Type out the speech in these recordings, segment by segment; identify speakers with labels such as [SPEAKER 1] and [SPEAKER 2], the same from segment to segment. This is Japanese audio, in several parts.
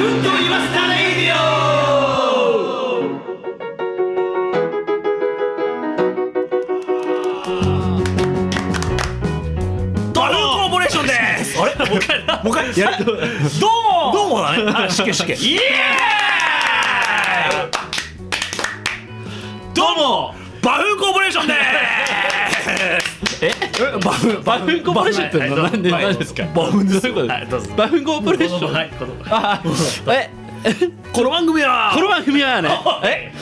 [SPEAKER 1] うんと言いましたレイディオ
[SPEAKER 2] ドルコーポレーションです。あれ、もう一回、もう一回、やる。どうも、どうもだね。あ、しけしけ。イエーイ。どうも、バフンコーポレーションです。え、
[SPEAKER 3] バフバフンコーポレーションってのは何で
[SPEAKER 2] はい
[SPEAKER 3] 何ですかバフンですよ
[SPEAKER 2] はいどうぞ
[SPEAKER 3] バフンコーポレーション
[SPEAKER 2] はい、この、
[SPEAKER 3] あえ
[SPEAKER 2] この番組は。
[SPEAKER 3] この番組はね
[SPEAKER 2] え、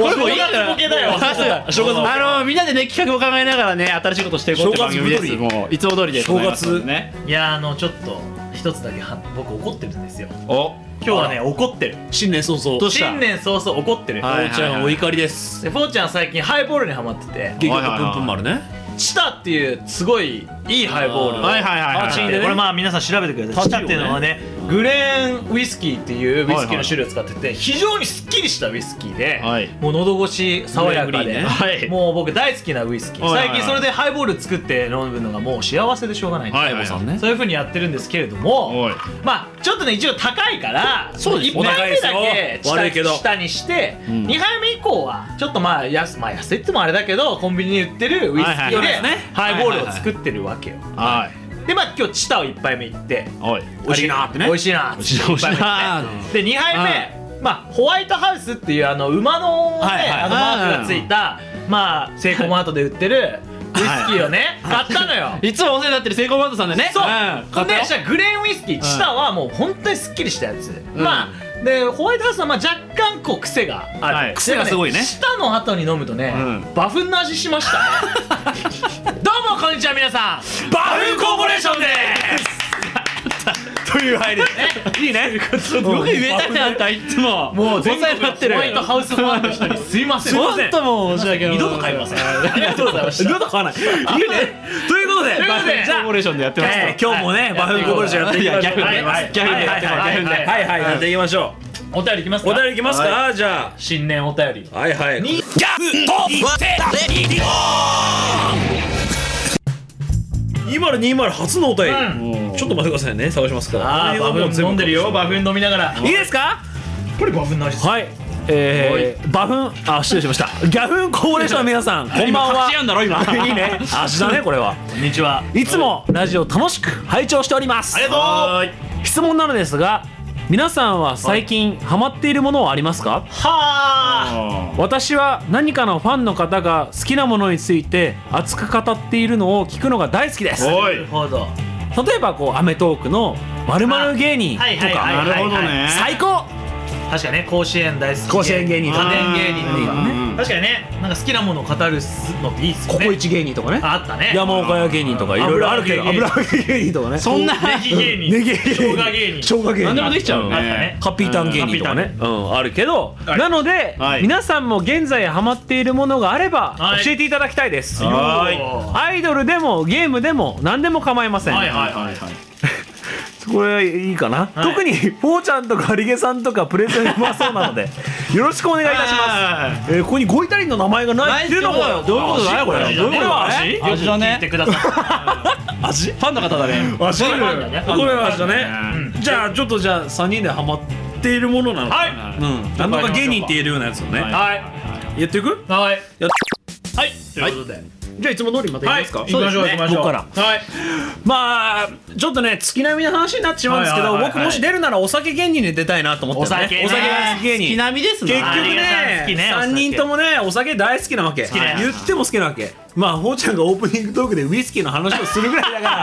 [SPEAKER 2] これもいいから。
[SPEAKER 3] あそうあのみんなでね企画を考えながらね新しいことしていこうっていう番組です
[SPEAKER 2] 正月太
[SPEAKER 3] もういつも通りで
[SPEAKER 2] 正月
[SPEAKER 3] ね
[SPEAKER 1] いやあのちょっと一つだけは僕怒ってるんですよ
[SPEAKER 3] お
[SPEAKER 1] 今日はね怒ってる
[SPEAKER 2] 新年早々。
[SPEAKER 3] どうした
[SPEAKER 1] 新年早々怒ってる
[SPEAKER 3] はい
[SPEAKER 2] 父ちゃんお怒りです。
[SPEAKER 1] でフォーちゃん最近ハイボールにハマってて
[SPEAKER 2] 激怒プンプン丸ね。
[SPEAKER 1] チタっていうすごいいいハイボール
[SPEAKER 3] はいはいはいはい
[SPEAKER 1] あチーでねこれまあ皆さん調べてくださいチタっていうのはねグレーンウイスキーっていうウイスキーの種類を使ってて非常にすっきりしたウイスキーで
[SPEAKER 3] はい
[SPEAKER 1] もう喉越し爽やか
[SPEAKER 2] グレ
[SPEAKER 1] で
[SPEAKER 2] ーングリーンね
[SPEAKER 3] はい
[SPEAKER 1] もう僕大好きなウイスキー
[SPEAKER 3] はいはい
[SPEAKER 1] 最近それでハイボール作って飲むのがもう幸せでしょうがないんです
[SPEAKER 3] はい
[SPEAKER 2] エボさん
[SPEAKER 3] ね
[SPEAKER 2] ね。
[SPEAKER 1] そういう風にやってるんですけれども
[SPEAKER 3] い
[SPEAKER 1] まあちょっとね一応高いから
[SPEAKER 2] そうです
[SPEAKER 1] 1
[SPEAKER 2] お高
[SPEAKER 1] 杯
[SPEAKER 2] い
[SPEAKER 1] 目
[SPEAKER 2] です
[SPEAKER 1] だ
[SPEAKER 2] よ
[SPEAKER 1] け下
[SPEAKER 2] 悪いけど
[SPEAKER 1] 下にして、
[SPEAKER 3] うん
[SPEAKER 1] 2杯目以降はちょっとまあ安,、まあ、安いってもあれだけどコンビニに売ってるウイスキ
[SPEAKER 3] は
[SPEAKER 1] ー
[SPEAKER 3] い
[SPEAKER 1] で
[SPEAKER 3] はい
[SPEAKER 2] ね
[SPEAKER 1] ハイボールを作ってるわけよ、
[SPEAKER 3] はい
[SPEAKER 1] でまあ今日チタを1杯目い って
[SPEAKER 3] おい
[SPEAKER 2] 美味しいなーってね
[SPEAKER 1] 美味しいなーって
[SPEAKER 3] 美味しいなー
[SPEAKER 1] 一杯目行ってで2杯目まあホワイトハウスっていうあの馬のね
[SPEAKER 2] はいはい
[SPEAKER 1] あのマークがついたまあセイコーマートで売ってるウイスキーをね買ったのよ
[SPEAKER 3] いつもお世話になってるセイコーマートさんでね
[SPEAKER 1] そう、
[SPEAKER 3] ん買った
[SPEAKER 1] で
[SPEAKER 3] よ
[SPEAKER 1] じゃあグレーンウイスキー下はもう本当にすっきりしたやつ、まあでホワイトハウスはまあ若干こう癖がある、
[SPEAKER 3] はい癖がすごいね
[SPEAKER 1] 下の後に飲むとね、
[SPEAKER 3] ん
[SPEAKER 1] バフンの味しました ねどうもこんにちは皆さんバフンコーポレーションです
[SPEAKER 2] という入り。いいね。
[SPEAKER 3] よく言えたねあんたいつも
[SPEAKER 1] もう
[SPEAKER 3] 全
[SPEAKER 1] 全
[SPEAKER 3] 然
[SPEAKER 1] 国
[SPEAKER 3] な
[SPEAKER 1] の
[SPEAKER 3] って
[SPEAKER 1] ホ
[SPEAKER 3] る
[SPEAKER 1] ワイトハウスファンの人にすいません
[SPEAKER 3] ほんともう申し訳ない
[SPEAKER 1] 二度と買いませんありがとうございました
[SPEAKER 2] 二度と買わない。いいね。ということで、
[SPEAKER 1] ということで
[SPEAKER 2] じゃあ
[SPEAKER 3] コーポレーションでやってます
[SPEAKER 2] えー今日もね、バフンコブルションやっていきましょう。
[SPEAKER 3] いや
[SPEAKER 2] はいはい
[SPEAKER 3] 逆で
[SPEAKER 2] はいはいはい
[SPEAKER 1] 逆で
[SPEAKER 2] はいはいはい、やっていきましょ
[SPEAKER 1] お便りいきます
[SPEAKER 2] う。
[SPEAKER 1] か
[SPEAKER 2] お便りいきますか。じゃ
[SPEAKER 1] 新年お便り
[SPEAKER 2] あ、はいはい。
[SPEAKER 1] に
[SPEAKER 2] ギャフとレディオ。今の20初のお便り、
[SPEAKER 1] う
[SPEAKER 2] ちょっと待ってくださいね探しますから
[SPEAKER 1] あーバフン飲んでるよバフン飲みながら
[SPEAKER 2] いいですか
[SPEAKER 1] これバフンの味
[SPEAKER 2] はいえー、バフンあ失礼しましたギャフン高齢者の皆さんこんばんは
[SPEAKER 3] 今立ち会うんだろ今
[SPEAKER 2] いいね足だね これは
[SPEAKER 1] こんにちはい
[SPEAKER 2] つもラジオ楽しく拝聴しております
[SPEAKER 1] ありがとうは
[SPEAKER 2] 質問なのですが皆さんは最近ハマっているものはありますか
[SPEAKER 1] あ
[SPEAKER 3] あ
[SPEAKER 2] 私は何かのファンの方が好きなものについて熱く語っているのを聞くのが大好きです
[SPEAKER 3] お
[SPEAKER 1] ないるほど
[SPEAKER 2] 例えばこう『アメトーク』の「まる芸人」と
[SPEAKER 1] はいはいはい
[SPEAKER 2] か
[SPEAKER 3] なるほどね
[SPEAKER 2] 最高
[SPEAKER 1] 確かにね甲子園大好き
[SPEAKER 2] 甲子園芸人
[SPEAKER 1] 家電芸人とか
[SPEAKER 3] うんうんう
[SPEAKER 1] ね
[SPEAKER 3] ん
[SPEAKER 1] 確かにねなんか好きなものを語るのっていいっす
[SPEAKER 2] コ
[SPEAKER 1] よね
[SPEAKER 2] コイチ芸人とかね
[SPEAKER 1] あったね
[SPEAKER 2] 山岡屋芸人とかいろいろあるけど
[SPEAKER 1] 油
[SPEAKER 2] 油揚げ芸人とかね
[SPEAKER 3] そんな
[SPEAKER 1] ネギ芸人
[SPEAKER 2] ネギ芸人
[SPEAKER 1] 生姜芸人
[SPEAKER 2] 生姜芸人
[SPEAKER 3] 何でもできちゃう
[SPEAKER 1] あったね
[SPEAKER 2] ハッピーターン芸人とかね、うん、あるけど、なので、
[SPEAKER 3] はい
[SPEAKER 2] 皆さんも現在ハマっているものがあれば
[SPEAKER 1] はい
[SPEAKER 2] 教えていただきたいです、
[SPEAKER 3] は
[SPEAKER 1] はーい
[SPEAKER 2] アイドルでもゲームでも何でも構いません、
[SPEAKER 1] はいはい
[SPEAKER 3] はいはい
[SPEAKER 2] これいいかな、
[SPEAKER 1] はい
[SPEAKER 2] 特にフォーちゃんとかリゲさんとかプレゼンうまそうなのでよろしくお願いいたし
[SPEAKER 3] は
[SPEAKER 2] ます、えーここにゴイタリンの名前がないっていうのも
[SPEAKER 3] ないってことだよどういうことだよこれ
[SPEAKER 2] どういうことだ
[SPEAKER 1] よ
[SPEAKER 2] よ
[SPEAKER 1] く聞いてくださ
[SPEAKER 3] 味ファンの方だね
[SPEAKER 2] あ知
[SPEAKER 1] これファンだね
[SPEAKER 2] これはあれだ
[SPEAKER 3] う
[SPEAKER 2] ね、じゃあちょっとじゃあ3人でハマっているものなのか
[SPEAKER 1] はい
[SPEAKER 2] な、うん、なんとか芸人って言えるようなやつをね、
[SPEAKER 1] い
[SPEAKER 3] は
[SPEAKER 1] はい
[SPEAKER 2] 言っていく
[SPEAKER 1] はい
[SPEAKER 2] やっ
[SPEAKER 1] はいということで
[SPEAKER 2] じゃあいつも通りまた
[SPEAKER 1] はい
[SPEAKER 2] いきます
[SPEAKER 1] 行
[SPEAKER 2] か、
[SPEAKER 1] きましょう行きましょう
[SPEAKER 2] 僕から
[SPEAKER 1] はい
[SPEAKER 2] まあちょっとね月並みの話になってしまうんですけど、
[SPEAKER 1] はいはいはいはい
[SPEAKER 2] 僕もし出るならお酒芸人で出たいなと思ってる
[SPEAKER 1] お酒ね
[SPEAKER 2] お酒大好き芸
[SPEAKER 3] 月
[SPEAKER 2] 人
[SPEAKER 3] 並みです
[SPEAKER 2] 結
[SPEAKER 3] ね
[SPEAKER 2] 局
[SPEAKER 1] はい好きね
[SPEAKER 2] ね
[SPEAKER 1] お酒
[SPEAKER 2] 三人ともねお酒大好きなわけ
[SPEAKER 1] きだよ
[SPEAKER 2] 言っても好きなわけまあほうちゃんがオープニングトークでウイスキーの話をするぐらいだか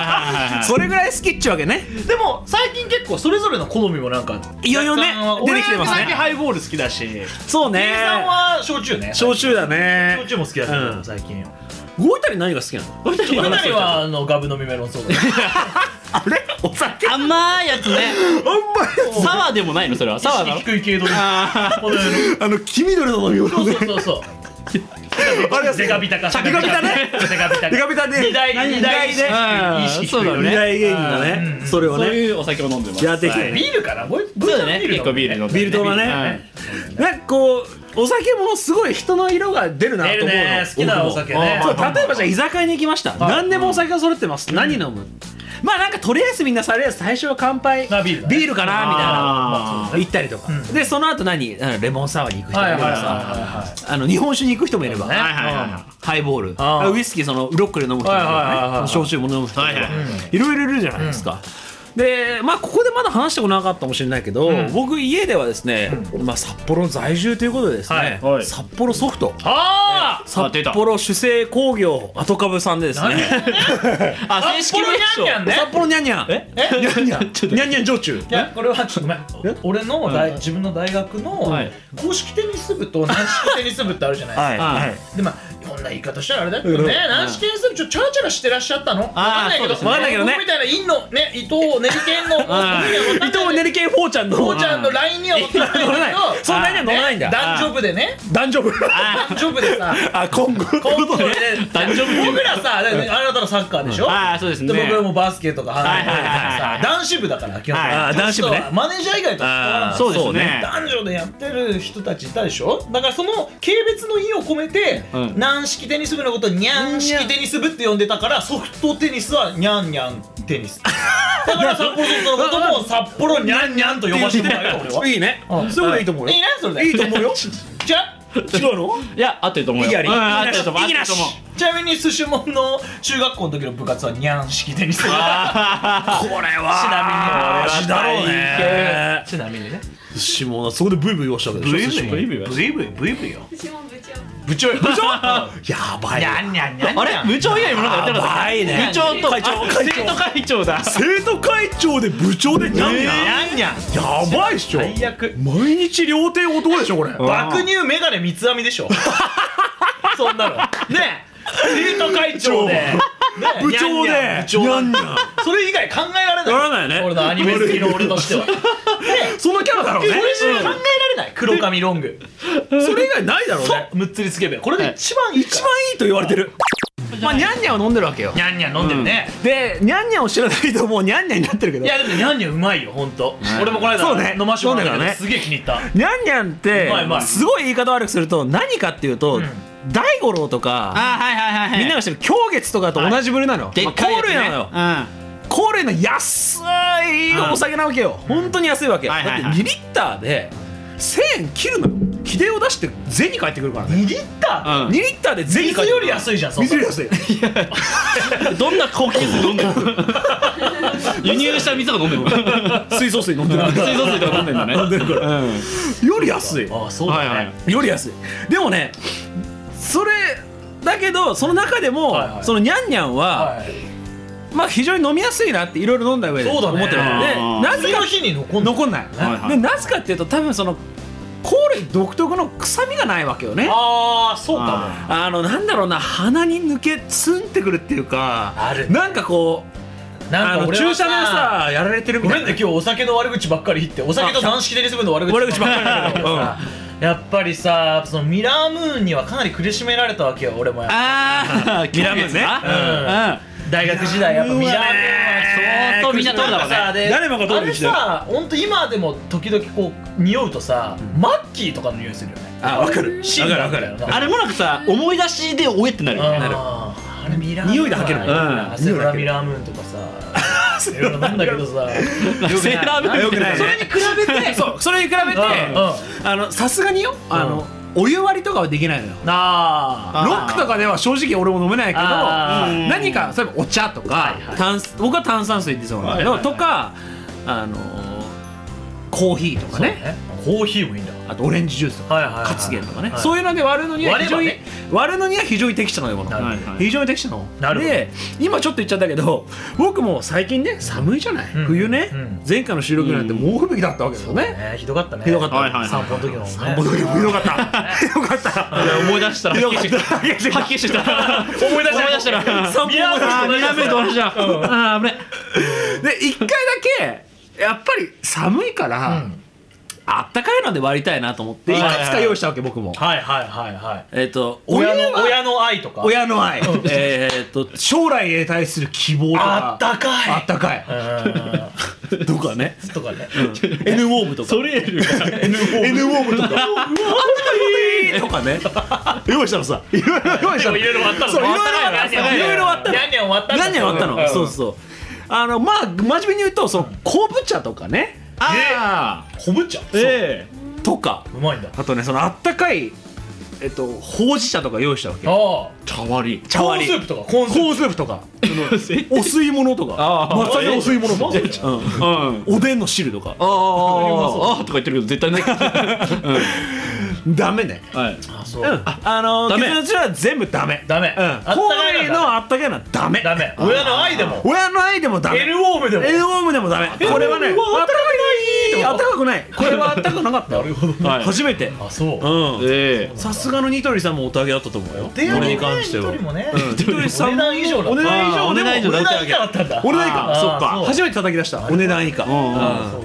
[SPEAKER 2] らそれぐらい好きっちゅうわけね
[SPEAKER 1] でも最近結構それぞれの 好みもなんか
[SPEAKER 2] いよいよね
[SPEAKER 1] 若干
[SPEAKER 2] 出てきてます
[SPEAKER 1] 俺
[SPEAKER 2] ね
[SPEAKER 1] 最近ハイボール好きだしリー
[SPEAKER 2] そうね
[SPEAKER 1] さんは焼酎ね
[SPEAKER 2] 焼酎だね
[SPEAKER 1] 焼酎も好きだし、
[SPEAKER 2] うん
[SPEAKER 1] 最近
[SPEAKER 2] ゴイタリ何が好きなのゴイタ
[SPEAKER 1] 僕なりはあのガブ飲みメロンソーダ
[SPEAKER 2] あれお酒
[SPEAKER 3] 甘いやつね
[SPEAKER 2] あんまり
[SPEAKER 3] サワーでもないのそれはサ ワーだろ
[SPEAKER 1] 意識低い系ドリンク
[SPEAKER 2] あ
[SPEAKER 1] 程よい
[SPEAKER 2] ーあの黄緑の飲み
[SPEAKER 1] そ
[SPEAKER 2] 物
[SPEAKER 1] う
[SPEAKER 2] ね
[SPEAKER 1] そうそうそう
[SPEAKER 2] あれ
[SPEAKER 1] デカビタ か
[SPEAKER 2] デカビタね
[SPEAKER 1] デカビタ
[SPEAKER 2] デカビタで
[SPEAKER 1] 二大二大
[SPEAKER 2] 二
[SPEAKER 3] 大ね
[SPEAKER 1] 意識低い
[SPEAKER 3] そうだね
[SPEAKER 2] 未来芸人だね、
[SPEAKER 1] うん
[SPEAKER 2] それを
[SPEAKER 3] そう
[SPEAKER 2] ね
[SPEAKER 3] いうお酒を飲んでます
[SPEAKER 2] やっていきたいね
[SPEAKER 1] ビールかなこれ
[SPEAKER 3] そうだね結構ビール飲んで
[SPEAKER 2] ビルドのね、なんかこうお酒もすごい人の色が出るなと思うの
[SPEAKER 1] 出るね好きなお酒ね
[SPEAKER 2] 僕もそう例えばじゃあ居酒屋に行きました、何でもお酒が揃ってます、何飲むまあなんかとりあえずみんなさとりあえず最初は乾杯
[SPEAKER 4] まあビールだね
[SPEAKER 2] ビールかなみたい
[SPEAKER 3] あー
[SPEAKER 2] な行ったりとか、でその後何あのレモンサワーに行く人もいれば
[SPEAKER 4] はいはいはいは
[SPEAKER 2] さあの日本酒に行く人もいれば、
[SPEAKER 4] そうだね
[SPEAKER 3] はいはいはいは
[SPEAKER 2] ハイボール
[SPEAKER 4] あー
[SPEAKER 2] ウイスキーそのロックで飲む人もいればね、
[SPEAKER 4] はいはいはいはい
[SPEAKER 2] 焼酎も飲む人もいれば、
[SPEAKER 3] はいはいはい
[SPEAKER 2] いろいろいるじゃないですか、でまあ、ここでまだ話してこなかったかもしれないけど、僕家ではですね、まあ、札幌在住ということでですね、
[SPEAKER 3] はいはい
[SPEAKER 2] 札幌ソフト
[SPEAKER 4] あー
[SPEAKER 3] あ出
[SPEAKER 2] 札
[SPEAKER 3] た
[SPEAKER 2] 幌主成工業後株さんでですね
[SPEAKER 3] あ正
[SPEAKER 4] 札
[SPEAKER 3] 式
[SPEAKER 4] 幌
[SPEAKER 3] 名称
[SPEAKER 4] ニャンニャンね
[SPEAKER 2] 札幌にゃんにゃん
[SPEAKER 4] ええ
[SPEAKER 2] にゃんにゃんにゃんにゃん常駐
[SPEAKER 4] いやこれはちょっとごめん俺の大自分の大学の
[SPEAKER 3] はい
[SPEAKER 4] 公式テニス部と軟式テニス部ってあるじゃないですか、
[SPEAKER 2] はい
[SPEAKER 3] は
[SPEAKER 2] はいい
[SPEAKER 4] でまあこんな言い方したらあれだけどね、
[SPEAKER 2] うん
[SPEAKER 4] 軟式テニス部ちょっとチャラチャラしてらっしゃったのわかんないけ
[SPEAKER 3] そうで
[SPEAKER 4] ど
[SPEAKER 3] す
[SPEAKER 2] ねわかんないけどね
[SPEAKER 4] 僕みたいな院のね伊藤練り犬の
[SPEAKER 2] あー伊藤ねりけんフォーちゃんの
[SPEAKER 4] おちゃんの LINE には載ってない
[SPEAKER 2] 乗ら
[SPEAKER 4] ん
[SPEAKER 2] ない
[SPEAKER 4] だけど
[SPEAKER 2] そんなには乗らないんだ
[SPEAKER 4] 男女部でね
[SPEAKER 2] 男女部
[SPEAKER 4] 男女部でさ
[SPEAKER 2] あ今後
[SPEAKER 4] 今度 ね
[SPEAKER 3] 男女部っていう
[SPEAKER 4] 僕らさだからあなたのサッカーでしょ
[SPEAKER 3] ああそうですね
[SPEAKER 4] で僕らもバスケとか
[SPEAKER 3] いはいはいはい
[SPEAKER 4] さ男子部だから基本的に
[SPEAKER 2] はいあ男子部ね
[SPEAKER 4] 女はマネージャー以外とは関わらない
[SPEAKER 2] あー
[SPEAKER 3] そうですね
[SPEAKER 4] 男女でやってる人たちいたでしょだからその軽蔑の意を込めて、
[SPEAKER 3] うん
[SPEAKER 4] 軟式テニス部のことをニャン式テニス部って呼んでたからソフトテニスはニャンニャンテニスだから札幌ソフトのことも札幌ニャンニャンと呼ばせてもらうよ俺はい
[SPEAKER 2] いね
[SPEAKER 4] うん
[SPEAKER 2] そういうこといいと思うよ
[SPEAKER 4] いいねそれで
[SPEAKER 2] いいと思うよ
[SPEAKER 4] じゃあ
[SPEAKER 2] 違うの
[SPEAKER 3] いや合ってると思うよ
[SPEAKER 2] 意義あり
[SPEAKER 3] うん合ってると思う合っ
[SPEAKER 2] 意義
[SPEAKER 3] てる
[SPEAKER 2] なし
[SPEAKER 3] と思う
[SPEAKER 4] ちなみに寿司モンの中学校の時の部活はニャン式テニス部
[SPEAKER 3] あ
[SPEAKER 2] これは
[SPEAKER 4] ちなみ
[SPEAKER 2] だろ
[SPEAKER 4] に
[SPEAKER 2] うね
[SPEAKER 4] ちなみにね
[SPEAKER 2] しもなそこでブイブイ言わしたわけでしょ寿司も
[SPEAKER 3] ブイブイ
[SPEAKER 4] ブイブイブイブイよ
[SPEAKER 5] 私も部長
[SPEAKER 4] 部長部長
[SPEAKER 2] やばい
[SPEAKER 4] ニ
[SPEAKER 2] よ
[SPEAKER 4] ャンニャンニャンニャン
[SPEAKER 3] あれ部長以外にもなんかやってなかったっ
[SPEAKER 2] やば
[SPEAKER 3] け
[SPEAKER 2] いね
[SPEAKER 3] 部長と
[SPEAKER 2] 会長会
[SPEAKER 3] あ
[SPEAKER 2] 長
[SPEAKER 3] 生徒会長 だ
[SPEAKER 2] 生徒会長で部長でニャンニ
[SPEAKER 4] ニ
[SPEAKER 2] ャン
[SPEAKER 4] ャンニャン
[SPEAKER 2] やばいっしょ
[SPEAKER 4] 最悪
[SPEAKER 2] 毎日料亭男でしょこれ
[SPEAKER 4] 爆乳メガネ三つ編みでしょ そんなのねえ生徒会長で、ねえ、
[SPEAKER 2] 部長
[SPEAKER 4] ニ
[SPEAKER 2] で
[SPEAKER 4] ャンニャン部長
[SPEAKER 2] ニ
[SPEAKER 4] な
[SPEAKER 2] ャン
[SPEAKER 4] ん
[SPEAKER 2] ニ
[SPEAKER 4] だ
[SPEAKER 2] ャン
[SPEAKER 4] それ以外考えられない
[SPEAKER 2] ならないね
[SPEAKER 4] 俺のアニメ好きの俺としてはねえ
[SPEAKER 2] そのキャラだろう
[SPEAKER 4] そ
[SPEAKER 2] ね
[SPEAKER 4] れしか考えられない黒髪ロング
[SPEAKER 2] うんそれ以外ないだろうね
[SPEAKER 4] とむっつりつけべこれが一番いい
[SPEAKER 2] 一
[SPEAKER 4] か
[SPEAKER 2] 番いいと言われてるまあニャンニャンは飲んでるわけよ
[SPEAKER 4] らニャンニャン飲んでるね、
[SPEAKER 2] でニャンニャンを知らないともうニャンニャンになってるけど
[SPEAKER 4] い
[SPEAKER 2] ニャ
[SPEAKER 4] やでもニャンニャンうまいよ本当。俺もこの間
[SPEAKER 2] そうね
[SPEAKER 4] 飲ましてもらったけ
[SPEAKER 2] 飲
[SPEAKER 4] ど、
[SPEAKER 2] んだからね
[SPEAKER 4] すげえ気に入った
[SPEAKER 2] ンニャンって
[SPEAKER 4] うまいうまい
[SPEAKER 2] すごい言い方悪くすると何かっていうと
[SPEAKER 4] ん
[SPEAKER 2] 大五郎とか
[SPEAKER 3] あはいはいはいはい
[SPEAKER 2] みんなが知る狂月とかと同じ部類なのよ
[SPEAKER 3] でっかいや
[SPEAKER 2] まあ
[SPEAKER 3] つね
[SPEAKER 2] 類なのよ高齢の安いお酒なわけよ、本当に安いわけ、
[SPEAKER 3] はいはいはい
[SPEAKER 2] だって2リッターで1000円切るのよ規定を出して銭返ってくるからね、
[SPEAKER 4] 2リッター、
[SPEAKER 3] うん
[SPEAKER 2] 2リッターで銭
[SPEAKER 4] 水
[SPEAKER 2] 返って
[SPEAKER 4] よ
[SPEAKER 2] くる
[SPEAKER 4] り安いじゃんそんな
[SPEAKER 2] 水よ
[SPEAKER 4] の
[SPEAKER 2] り安い
[SPEAKER 3] うんどんな高級水飲んでるの輸入した水とか飲んでるの
[SPEAKER 2] 水素水飲んでる
[SPEAKER 3] 水道水とか飲んでるんだね
[SPEAKER 2] 飲んでるから
[SPEAKER 3] うん
[SPEAKER 2] より安い
[SPEAKER 4] ああそうだね、
[SPEAKER 3] はいは い
[SPEAKER 2] より安いでもねそれだけどその中でも、
[SPEAKER 4] はいはい
[SPEAKER 2] そのニャンニャンは、
[SPEAKER 4] はい
[SPEAKER 2] まあ非常に飲みやすいなっていろいろ飲んだ上で
[SPEAKER 4] そうだ
[SPEAKER 2] 思
[SPEAKER 4] ね
[SPEAKER 2] ってるから
[SPEAKER 3] あー
[SPEAKER 2] でなぜ
[SPEAKER 4] 次の
[SPEAKER 2] か
[SPEAKER 4] 日に残んの
[SPEAKER 2] 残んない、
[SPEAKER 3] はいはい
[SPEAKER 2] でなぜかっていうと多分その高齢独特の臭みがないわけよね
[SPEAKER 4] ああそうかも
[SPEAKER 3] あ
[SPEAKER 2] あのなんだろうな鼻に抜けツンってくるっていうか
[SPEAKER 4] ある
[SPEAKER 2] なんかこう
[SPEAKER 4] なん
[SPEAKER 2] あ
[SPEAKER 4] か
[SPEAKER 2] の
[SPEAKER 4] 俺
[SPEAKER 2] 注
[SPEAKER 4] は
[SPEAKER 2] 射で
[SPEAKER 4] さ
[SPEAKER 2] さやられてる
[SPEAKER 4] ご
[SPEAKER 2] みた
[SPEAKER 4] め
[SPEAKER 2] い
[SPEAKER 4] ん
[SPEAKER 2] な
[SPEAKER 4] ね今日お酒の悪口ばっかり言ってお酒と軟式テニス部の悪口
[SPEAKER 2] 悪口ばっかりだけど
[SPEAKER 4] さ やっぱりさそのミラームーンにはかなり苦しめられたわけよ俺もやっぱ
[SPEAKER 3] あ あ
[SPEAKER 2] ミラムね
[SPEAKER 3] うん
[SPEAKER 4] 大学時代やっぱミラームーンは
[SPEAKER 3] 相当みんな通るだろうね
[SPEAKER 4] さで
[SPEAKER 2] 誰もが通
[SPEAKER 4] あ
[SPEAKER 2] る
[SPEAKER 4] れ
[SPEAKER 2] 時代
[SPEAKER 4] さ本当今でも時々こう匂うとさマッキーとかの匂いするよね
[SPEAKER 2] あわかる
[SPEAKER 4] シ
[SPEAKER 2] わ
[SPEAKER 4] ン
[SPEAKER 2] か
[SPEAKER 4] ガ
[SPEAKER 2] る
[SPEAKER 4] ー
[SPEAKER 2] わ
[SPEAKER 4] みた
[SPEAKER 2] か
[SPEAKER 4] いな
[SPEAKER 2] る
[SPEAKER 3] あれもなんかさ思い出しでおえってなるよね
[SPEAKER 4] あーあれミラームーン
[SPEAKER 2] 匂いで吐けるもん
[SPEAKER 4] う
[SPEAKER 3] うん
[SPEAKER 4] んセブラミラームーンとかさいろいろ飲んだ けどさ
[SPEAKER 3] セーラームーンみたいな
[SPEAKER 2] あよくないね
[SPEAKER 3] それ
[SPEAKER 2] に比べてそうそれに比べて
[SPEAKER 4] う
[SPEAKER 2] あのさすがによあのお湯割りとかはできないのよ
[SPEAKER 4] あ
[SPEAKER 2] ロ
[SPEAKER 4] ー
[SPEAKER 2] ックとかでは正直俺も飲めないけど
[SPEAKER 4] あ
[SPEAKER 3] ー
[SPEAKER 2] うん何か例えばお茶とか
[SPEAKER 4] はいはい
[SPEAKER 2] 炭素僕は炭酸水ってそうなんだけど
[SPEAKER 4] はいはいは
[SPEAKER 2] と
[SPEAKER 4] い
[SPEAKER 2] かあのコーヒーとか
[SPEAKER 4] そう
[SPEAKER 2] ね
[SPEAKER 4] ねコーヒーもいいんだ
[SPEAKER 2] あとオレンジジュースとか
[SPEAKER 4] はいはいはい
[SPEAKER 2] カツゲンとかね、
[SPEAKER 4] はい
[SPEAKER 2] そういうので割るのには非常に
[SPEAKER 4] 割
[SPEAKER 2] 割,、
[SPEAKER 4] れ
[SPEAKER 2] るのには非常に適した飲み物
[SPEAKER 4] なるほど
[SPEAKER 3] はい
[SPEAKER 2] 非常に適したの
[SPEAKER 4] なるほど
[SPEAKER 2] で今ちょっと言っちゃったけど僕も最近ね寒いじゃない、
[SPEAKER 4] うん
[SPEAKER 2] 冬ね、
[SPEAKER 4] うん
[SPEAKER 2] 前回の収録なんて猛吹雪だったわけだよね、
[SPEAKER 4] ねひどかったね
[SPEAKER 2] ひどかった
[SPEAKER 3] はいはいはい
[SPEAKER 4] 散歩の時のね
[SPEAKER 2] 寒いひどか ったひどかった
[SPEAKER 3] 思い出したら
[SPEAKER 2] よ
[SPEAKER 3] は
[SPEAKER 2] か
[SPEAKER 3] っ
[SPEAKER 2] った
[SPEAKER 3] きりしてきたはっきりしてきた思い出した思い出したら
[SPEAKER 2] 散歩
[SPEAKER 3] ミラームーンミラームーンと同じだあー危ね
[SPEAKER 2] で一回だけやっぱり寒いから、
[SPEAKER 4] うん
[SPEAKER 2] あったかいので割りたいなと思ってい
[SPEAKER 4] はい
[SPEAKER 2] く
[SPEAKER 4] はいはい
[SPEAKER 2] つか用意したわけ僕も、
[SPEAKER 4] はいはいはいはい
[SPEAKER 2] えっ、と
[SPEAKER 4] 親の
[SPEAKER 2] は
[SPEAKER 4] 親の愛とか
[SPEAKER 2] 親の愛えっと将来へ対する希望とか
[SPEAKER 4] あったかい
[SPEAKER 2] あったかいとかね
[SPEAKER 4] いとかね
[SPEAKER 2] N ウォームとか
[SPEAKER 3] ソレールが
[SPEAKER 2] N ウォームとかとかね用意したのさいろいろ用意し
[SPEAKER 4] で
[SPEAKER 2] たの
[SPEAKER 4] もいろいろ終わったの
[SPEAKER 2] そういろいろ
[SPEAKER 4] あ
[SPEAKER 2] あったのいろいろあったの
[SPEAKER 4] ニャンニャン終わったの
[SPEAKER 2] 何や終わったの
[SPEAKER 4] うん
[SPEAKER 2] そうそうあのまあ真面目に言うとその昆布茶とかね
[SPEAKER 3] あ
[SPEAKER 4] 昆布茶
[SPEAKER 3] ーえ
[SPEAKER 2] とか
[SPEAKER 4] そううまいんだ
[SPEAKER 2] あとねそのあったかいえっとほうじ茶とか用意したわけ
[SPEAKER 4] ああ
[SPEAKER 3] え茶割り
[SPEAKER 2] 茶
[SPEAKER 4] コーン
[SPEAKER 2] 割
[SPEAKER 4] スー
[SPEAKER 2] り
[SPEAKER 4] プとかコーンスー
[SPEAKER 2] コーンスープとかお吸い物とか
[SPEAKER 3] あー
[SPEAKER 2] まさにお吸い物と
[SPEAKER 4] え
[SPEAKER 2] か、
[SPEAKER 3] うんあ
[SPEAKER 2] うん、おでんの汁とか
[SPEAKER 3] あああとか言ってるけど絶対ない
[SPEAKER 2] ダメね
[SPEAKER 3] はい
[SPEAKER 4] プあそううん
[SPEAKER 2] あの
[SPEAKER 3] ダメ
[SPEAKER 2] 結論としては全部ダメ
[SPEAKER 4] ダメ
[SPEAKER 2] うん
[SPEAKER 4] あったかいのはダメ
[SPEAKER 2] コーンのあったかいのはダメ
[SPEAKER 4] ダメ親の愛でも
[SPEAKER 2] 親の愛でもダメ
[SPEAKER 4] エルウォームでも
[SPEAKER 2] エルウォームでもダメこれはね
[SPEAKER 4] エルウォームは
[SPEAKER 2] あったかくないあったかくないこれはあったかくなかったよ
[SPEAKER 4] なるほどね
[SPEAKER 3] はい
[SPEAKER 2] 初めて
[SPEAKER 4] あそう
[SPEAKER 2] うん
[SPEAKER 3] え
[SPEAKER 2] さすがのニトリさんもお手上げだったと思うよ
[SPEAKER 4] 手上
[SPEAKER 2] 俺
[SPEAKER 4] げ
[SPEAKER 2] に関しては
[SPEAKER 4] ニトリもね
[SPEAKER 2] うんニトリさん
[SPEAKER 4] お値段以上だった
[SPEAKER 2] お値段以上でも
[SPEAKER 3] あーお値段以上だ
[SPEAKER 4] 俺がいかだったんだ
[SPEAKER 2] お値段以
[SPEAKER 3] あ
[SPEAKER 2] 下
[SPEAKER 4] ー
[SPEAKER 2] そっか
[SPEAKER 4] そう
[SPEAKER 2] 初めて叩き出したお値段以下
[SPEAKER 3] うん
[SPEAKER 4] あ
[SPEAKER 2] うん
[SPEAKER 4] そう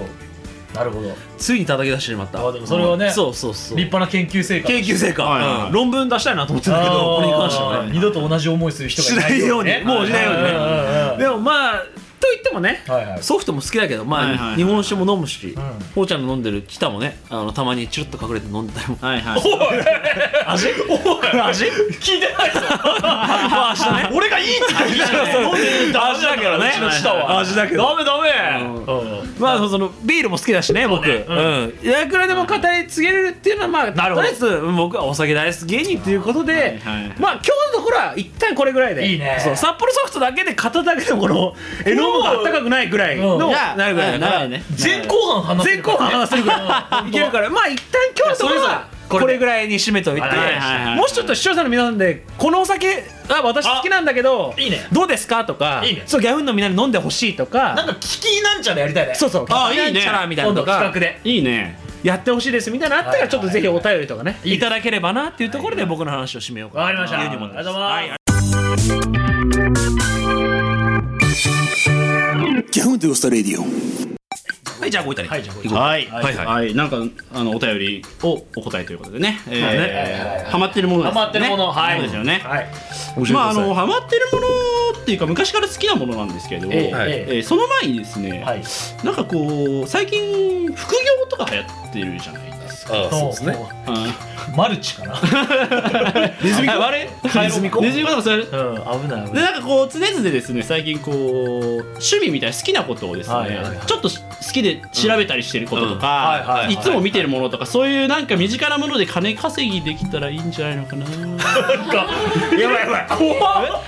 [SPEAKER 4] なるほど
[SPEAKER 2] ついに叩き出してしまった
[SPEAKER 4] あでもそれはね
[SPEAKER 2] うんそうそうそう
[SPEAKER 4] 立派な研究成果
[SPEAKER 2] 研究成
[SPEAKER 3] はいはい
[SPEAKER 2] 果
[SPEAKER 3] はい
[SPEAKER 2] うん論文出したいなと思ってたけどこれに関しては
[SPEAKER 4] あ
[SPEAKER 2] ね
[SPEAKER 4] ー二度と同じ思いする人がいない
[SPEAKER 2] しないようにもうしないようにねで
[SPEAKER 4] ね
[SPEAKER 2] もまあと言ってもね、
[SPEAKER 4] はいはい
[SPEAKER 2] ソフトも好きだけど、まあ
[SPEAKER 3] はいはいはい
[SPEAKER 2] 日本酒も飲むし、
[SPEAKER 4] ん
[SPEAKER 2] ほうちゃんの飲んでるチタもねあのたまにチュルッと隠れて飲んでたりも
[SPEAKER 3] えはいはい
[SPEAKER 2] 味味
[SPEAKER 4] 聞いてないぞ
[SPEAKER 2] まあ味だね
[SPEAKER 4] 俺がいいって言ったら飲んでる
[SPEAKER 2] 味だけどね
[SPEAKER 4] うちの舌は
[SPEAKER 2] 味だけど
[SPEAKER 4] ダメダメ
[SPEAKER 2] まあそのビールも好きだしね僕うんいやいくらでも語り継げれるっていうのはまあと
[SPEAKER 4] なるほ
[SPEAKER 2] り
[SPEAKER 4] ど
[SPEAKER 2] あえずうん僕はお酒大好き芸人ということで
[SPEAKER 3] はいはい
[SPEAKER 2] まあ今日のところは一旦これぐらいで
[SPEAKER 4] いいね
[SPEAKER 2] そう札幌ソフトだけで片だけのこのえノムがあったかくないぐらいの
[SPEAKER 4] うん
[SPEAKER 3] いや
[SPEAKER 2] なるぐらいだから
[SPEAKER 3] ないね
[SPEAKER 4] 前後半話せ
[SPEAKER 2] 前
[SPEAKER 4] る
[SPEAKER 2] 後半話せるぐ
[SPEAKER 4] う
[SPEAKER 2] ら
[SPEAKER 4] ん
[SPEAKER 2] いいけるからまあ一旦今日のところ
[SPEAKER 4] いや
[SPEAKER 2] は
[SPEAKER 4] それぞれこ
[SPEAKER 2] こ
[SPEAKER 4] れで
[SPEAKER 2] れぐらいに締めておいて
[SPEAKER 4] はいはい
[SPEAKER 3] はいはい
[SPEAKER 2] もしちょっと視聴者の皆さんでこのお酒あ私好きなんだけど
[SPEAKER 4] あいいね
[SPEAKER 2] どうですかとか
[SPEAKER 4] いいね
[SPEAKER 2] そうギャフンのみんなに飲んでほしいと
[SPEAKER 4] なん
[SPEAKER 2] か
[SPEAKER 4] か聞きなんちゃらやりたいね
[SPEAKER 2] そうそう
[SPEAKER 3] あいいね
[SPEAKER 2] なんちゃらみたいなの
[SPEAKER 4] 今度
[SPEAKER 2] とか
[SPEAKER 4] 企画で
[SPEAKER 3] いいね
[SPEAKER 2] やってほしいですみたいなのあった
[SPEAKER 4] は
[SPEAKER 2] ら
[SPEAKER 4] い
[SPEAKER 2] ちょっとぜひお便りとかね
[SPEAKER 4] いいね
[SPEAKER 2] いただければなっていうところで僕の話を締めようかな
[SPEAKER 4] わかりました
[SPEAKER 2] というふうに思います
[SPEAKER 4] ありがとうございます
[SPEAKER 5] ギャフンテゴスタレディオ
[SPEAKER 2] はいじゃあごいたり
[SPEAKER 4] はいじゃあご一人
[SPEAKER 3] はい
[SPEAKER 4] は
[SPEAKER 3] はいいはい、なんかあのお便りをお答えということでね、えー
[SPEAKER 2] い
[SPEAKER 4] はいはい
[SPEAKER 3] ハマってるもので
[SPEAKER 4] ハ
[SPEAKER 3] すね
[SPEAKER 4] マってるものはい
[SPEAKER 3] そうですよね、
[SPEAKER 4] はい
[SPEAKER 3] まああのハマってるものっていうか昔から好きなものなんですけれども、
[SPEAKER 4] ええ
[SPEAKER 2] はい
[SPEAKER 4] え
[SPEAKER 3] えーその前にですね、
[SPEAKER 4] えはい
[SPEAKER 3] なんかこう最近副業とか流行ってるじゃないですか。
[SPEAKER 2] あそうですね
[SPEAKER 4] ね
[SPEAKER 3] あ
[SPEAKER 4] マルチかな
[SPEAKER 2] ネズミ
[SPEAKER 3] あれ
[SPEAKER 4] ネズミ子
[SPEAKER 3] ネズミ子とかそうやる
[SPEAKER 4] うん危ない危
[SPEAKER 3] で
[SPEAKER 4] ない
[SPEAKER 3] なんかこう常々ですね最近こう趣味みたいな好きなことをですね、
[SPEAKER 4] はいはいはい
[SPEAKER 3] ちょっと好きで調べたりしてることと
[SPEAKER 4] うんはいはい
[SPEAKER 3] か、
[SPEAKER 4] はい
[SPEAKER 3] いつも見てるものとかそういうなんか身近なもので金稼ぎできたらいいんじゃないのかな
[SPEAKER 2] やばいやばい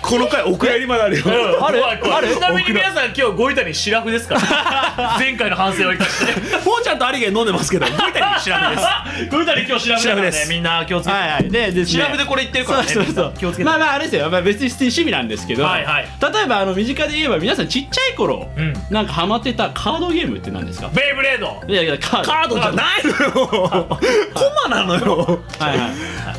[SPEAKER 2] この回お蔵入りまであるよ
[SPEAKER 4] あるあ
[SPEAKER 2] ある
[SPEAKER 4] ちなみに皆さん今日ごいたにシラフですから 前回の反省を生かして
[SPEAKER 2] ほうちゃんとアリゲン飲んでますけ ど、ごいたり知らないです。
[SPEAKER 4] ごいたに今日シラフだ
[SPEAKER 2] シラ
[SPEAKER 4] からね
[SPEAKER 2] フです
[SPEAKER 4] みんな気をつけて
[SPEAKER 3] はいはいでです
[SPEAKER 4] シ
[SPEAKER 3] ね
[SPEAKER 4] ラフでこれ言ってるからね
[SPEAKER 3] そうそう
[SPEAKER 4] みん
[SPEAKER 3] そ
[SPEAKER 4] な
[SPEAKER 3] う
[SPEAKER 4] 気をつけて
[SPEAKER 3] まあまああれですよ、まあ、別に普通に趣味なんですけど、
[SPEAKER 4] はいはい
[SPEAKER 3] 例えばあの身近で言えば皆さんちっちゃい頃、
[SPEAKER 4] うん
[SPEAKER 3] なんかハマってたカードゲームって何ですか
[SPEAKER 4] ベイブレード
[SPEAKER 3] いやいやカード
[SPEAKER 2] カードじゃないのよ。コマなの よ。
[SPEAKER 3] はいはい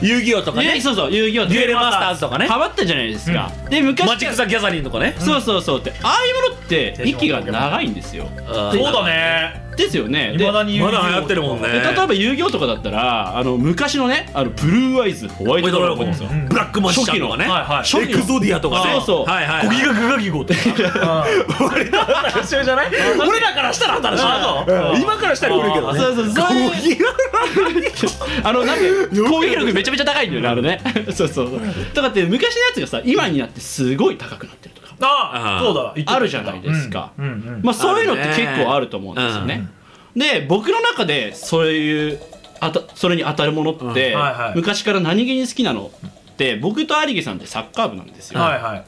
[SPEAKER 2] 遊戯王とか
[SPEAKER 3] ね、
[SPEAKER 2] ね。
[SPEAKER 3] そうそう遊戯王
[SPEAKER 2] デュエルマスターズとかね
[SPEAKER 3] ハマったじゃないですか、で昔
[SPEAKER 2] マジック・ザ・ギャザリングとかね。
[SPEAKER 3] そうそうそうってああいうものって息が長いんですよ
[SPEAKER 4] そう
[SPEAKER 2] ま
[SPEAKER 4] だね
[SPEAKER 3] ですよね
[SPEAKER 4] い
[SPEAKER 3] で
[SPEAKER 4] まだに言う
[SPEAKER 2] だ流行ってるもんね。
[SPEAKER 3] で例えば遊戯王とかだったらあの昔のねあのブルーアイズホワイトドラゴンですよ、
[SPEAKER 2] ブラックマジシャンとかね。
[SPEAKER 4] 初期のはいはい
[SPEAKER 2] 初期のエクゾディアとかね。
[SPEAKER 3] そうそう
[SPEAKER 2] はいはい。
[SPEAKER 4] ギガグガギゴって
[SPEAKER 2] 俺らから一緒じゃない俺らからしたら新しい
[SPEAKER 4] あそう
[SPEAKER 2] うん。今からしたら古いけどね。
[SPEAKER 3] そうそうそういう
[SPEAKER 2] ギガ
[SPEAKER 3] あのなんか攻撃力めちゃめちゃ高いんだよねあのね そうそうそうとかって昔のやつがさ今になってすごい高くなってるとか
[SPEAKER 4] ああ
[SPEAKER 2] あ
[SPEAKER 4] そうだ言ってた
[SPEAKER 3] あるじゃないですか
[SPEAKER 4] うんうんうん
[SPEAKER 3] まあそういうのっ
[SPEAKER 2] あ
[SPEAKER 3] て
[SPEAKER 2] るね
[SPEAKER 3] 結構あると思うんですよね。で僕の中でそういうあたそれに当たるものって、
[SPEAKER 4] うんはいはい
[SPEAKER 3] 昔から何気に好きなのって僕と有毛さんってサッカー部なんですよ。
[SPEAKER 4] はいはい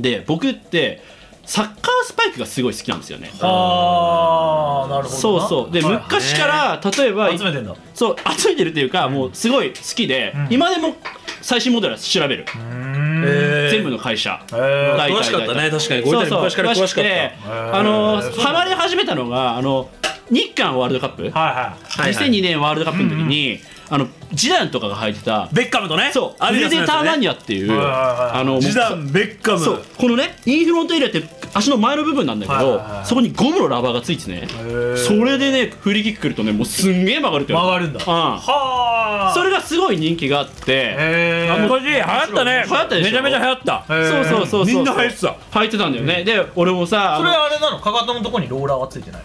[SPEAKER 3] で僕ってサッカースパイクがすごい好きなんですよね。
[SPEAKER 4] ああなるほどな
[SPEAKER 3] そうそうで
[SPEAKER 4] はいはい
[SPEAKER 3] 昔から例えば
[SPEAKER 4] 集めてんだ
[SPEAKER 3] そう集めてるっていうかもうすごい好きで、
[SPEAKER 4] ん
[SPEAKER 3] 今でも最新モデルは調べる、
[SPEAKER 4] え
[SPEAKER 3] 全部の会社。
[SPEAKER 4] え
[SPEAKER 3] 大体
[SPEAKER 2] 詳しかったね
[SPEAKER 3] 大体
[SPEAKER 2] 確かにご遺体
[SPEAKER 3] そう
[SPEAKER 2] 昔から詳しかった
[SPEAKER 3] くてあのハマり始めたのがあの日韓ワールドカップ、
[SPEAKER 4] はいはい
[SPEAKER 2] はいはい
[SPEAKER 3] 2002年ワールドカップの時に、あのジダンとかが履いてた
[SPEAKER 2] ベッカムとね。
[SPEAKER 3] そう
[SPEAKER 2] ア
[SPEAKER 3] フ
[SPEAKER 2] ディダ
[SPEAKER 3] レ
[SPEAKER 2] スのやつ
[SPEAKER 3] デタ
[SPEAKER 2] ね
[SPEAKER 3] ーマニアっていう
[SPEAKER 4] はいはいはい
[SPEAKER 3] あのもう
[SPEAKER 2] ジダン、ベッカム。
[SPEAKER 3] そうこのねインフロントエリアって足の前の部分なんだけど、
[SPEAKER 4] はいはいはい
[SPEAKER 3] そこにゴムのラバーがついててね
[SPEAKER 4] ー
[SPEAKER 3] それでねフリーキックくるとねもうすんげえ曲がるって
[SPEAKER 4] 曲がるんだ
[SPEAKER 3] うん
[SPEAKER 4] はあ
[SPEAKER 3] それがすごい人気があって
[SPEAKER 4] へえ
[SPEAKER 2] あ昔流行ったね。
[SPEAKER 3] 流行ったでしょ
[SPEAKER 2] めちゃめちゃ流行った。
[SPEAKER 4] へー
[SPEAKER 3] そうそうそうそう
[SPEAKER 2] みんな流行ってた。
[SPEAKER 3] 履いてたんだよね、で俺もさあ
[SPEAKER 4] そ
[SPEAKER 3] の
[SPEAKER 4] れはあれなのかかとのとこにローラーはついてない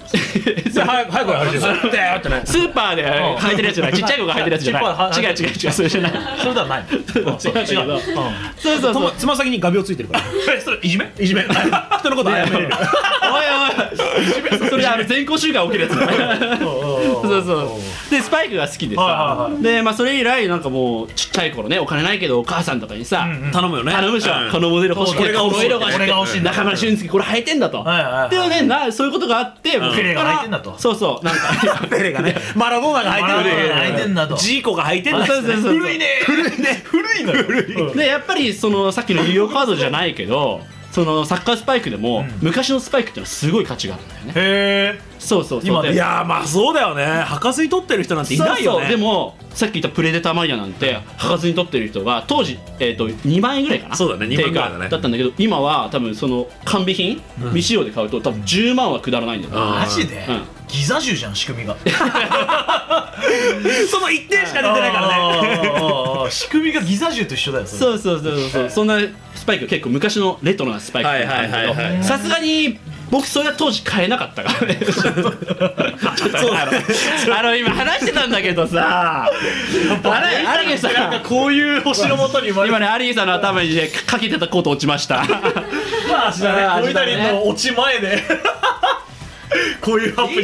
[SPEAKER 4] の
[SPEAKER 2] じゃあ早く早く話してくれ。だよってね。
[SPEAKER 3] スーパーで履いてるやつじゃないちっちゃい子が履いてるやつじゃ
[SPEAKER 4] ちっちゃい子
[SPEAKER 3] ない違
[SPEAKER 4] が
[SPEAKER 3] う違う違うそれじゃない
[SPEAKER 4] それではない違
[SPEAKER 3] 違
[SPEAKER 4] う
[SPEAKER 3] う違うそうそう
[SPEAKER 2] つ
[SPEAKER 3] そ
[SPEAKER 2] まつま
[SPEAKER 3] う
[SPEAKER 2] 先に画鋲ついてるから。
[SPEAKER 4] えそれいじめいじめ
[SPEAKER 2] い人のこと謝れる
[SPEAKER 3] おいおいそれあの全校集会起きるやつだねそうそうでスパイクが好きでさ、
[SPEAKER 4] はいはいは
[SPEAKER 3] でまあそれ以来なんかもうちっちゃい頃ねお金ないけどお母さんとかにさ、
[SPEAKER 4] うん
[SPEAKER 2] 頼むよね
[SPEAKER 3] 頼むじゃん、このモデル欲しく
[SPEAKER 4] これが欲しい
[SPEAKER 3] 色が欲しく
[SPEAKER 4] これが欲しいんだ
[SPEAKER 3] 中村俊輔これ履いてんだと、
[SPEAKER 4] はいはいはい
[SPEAKER 3] っていうねなそういうことがあって、僕
[SPEAKER 4] ペレが
[SPEAKER 3] から
[SPEAKER 4] 履いてんだと
[SPEAKER 3] そうそうなんか
[SPEAKER 2] ペレがねマラドーナが
[SPEAKER 4] あ
[SPEAKER 2] 履いてる
[SPEAKER 4] ー泣いてんなと
[SPEAKER 2] ジーコが履いてるんだ
[SPEAKER 3] そうそうそう
[SPEAKER 4] 古いね古いね古いのよ
[SPEAKER 3] でやっぱりそのさっきの有料カードじゃないけどそのサッカースパイクでも、昔のスパイクってのはすごい価値があるんだよね
[SPEAKER 4] へえ
[SPEAKER 3] そうそうそう
[SPEAKER 4] 今ね
[SPEAKER 3] で
[SPEAKER 2] いやーまあそうだよね博士に取ってる人なんていないよ
[SPEAKER 3] そうそ
[SPEAKER 2] ね
[SPEAKER 3] うでもさっき言ったプレデターマニアなんて博士に取ってる人が当時、えー、と2万円ぐらいかな
[SPEAKER 2] そうだね2万円ぐらいだね
[SPEAKER 3] 定価ったんだけど今は多分その完備品、未使用で買うと多分10万はくだらないんだよ、
[SPEAKER 2] うん
[SPEAKER 4] マジで
[SPEAKER 3] うん
[SPEAKER 4] ギザ銃じゃん仕組 みが
[SPEAKER 2] その1点しか出てないからね
[SPEAKER 4] ね仕組みがギザ銃と一緒だよそれ
[SPEAKER 3] そうそうそうそう、そんなスパイク結構昔のレトロなスパイクだったんだけ
[SPEAKER 2] はいはいはいは
[SPEAKER 3] ど
[SPEAKER 2] い
[SPEAKER 3] さすがに僕それは当時買えなかったからねちょっとあ のあの今話してたんだけどさあれアリゲさん
[SPEAKER 4] こういう星のもとに生まれ
[SPEAKER 3] 今ねアリゲさんの頭にねかけてたコート落ちました
[SPEAKER 4] た足だ
[SPEAKER 3] あ
[SPEAKER 4] ね
[SPEAKER 3] ー
[SPEAKER 4] 小稲荷の落ち前 でこういうハプニング小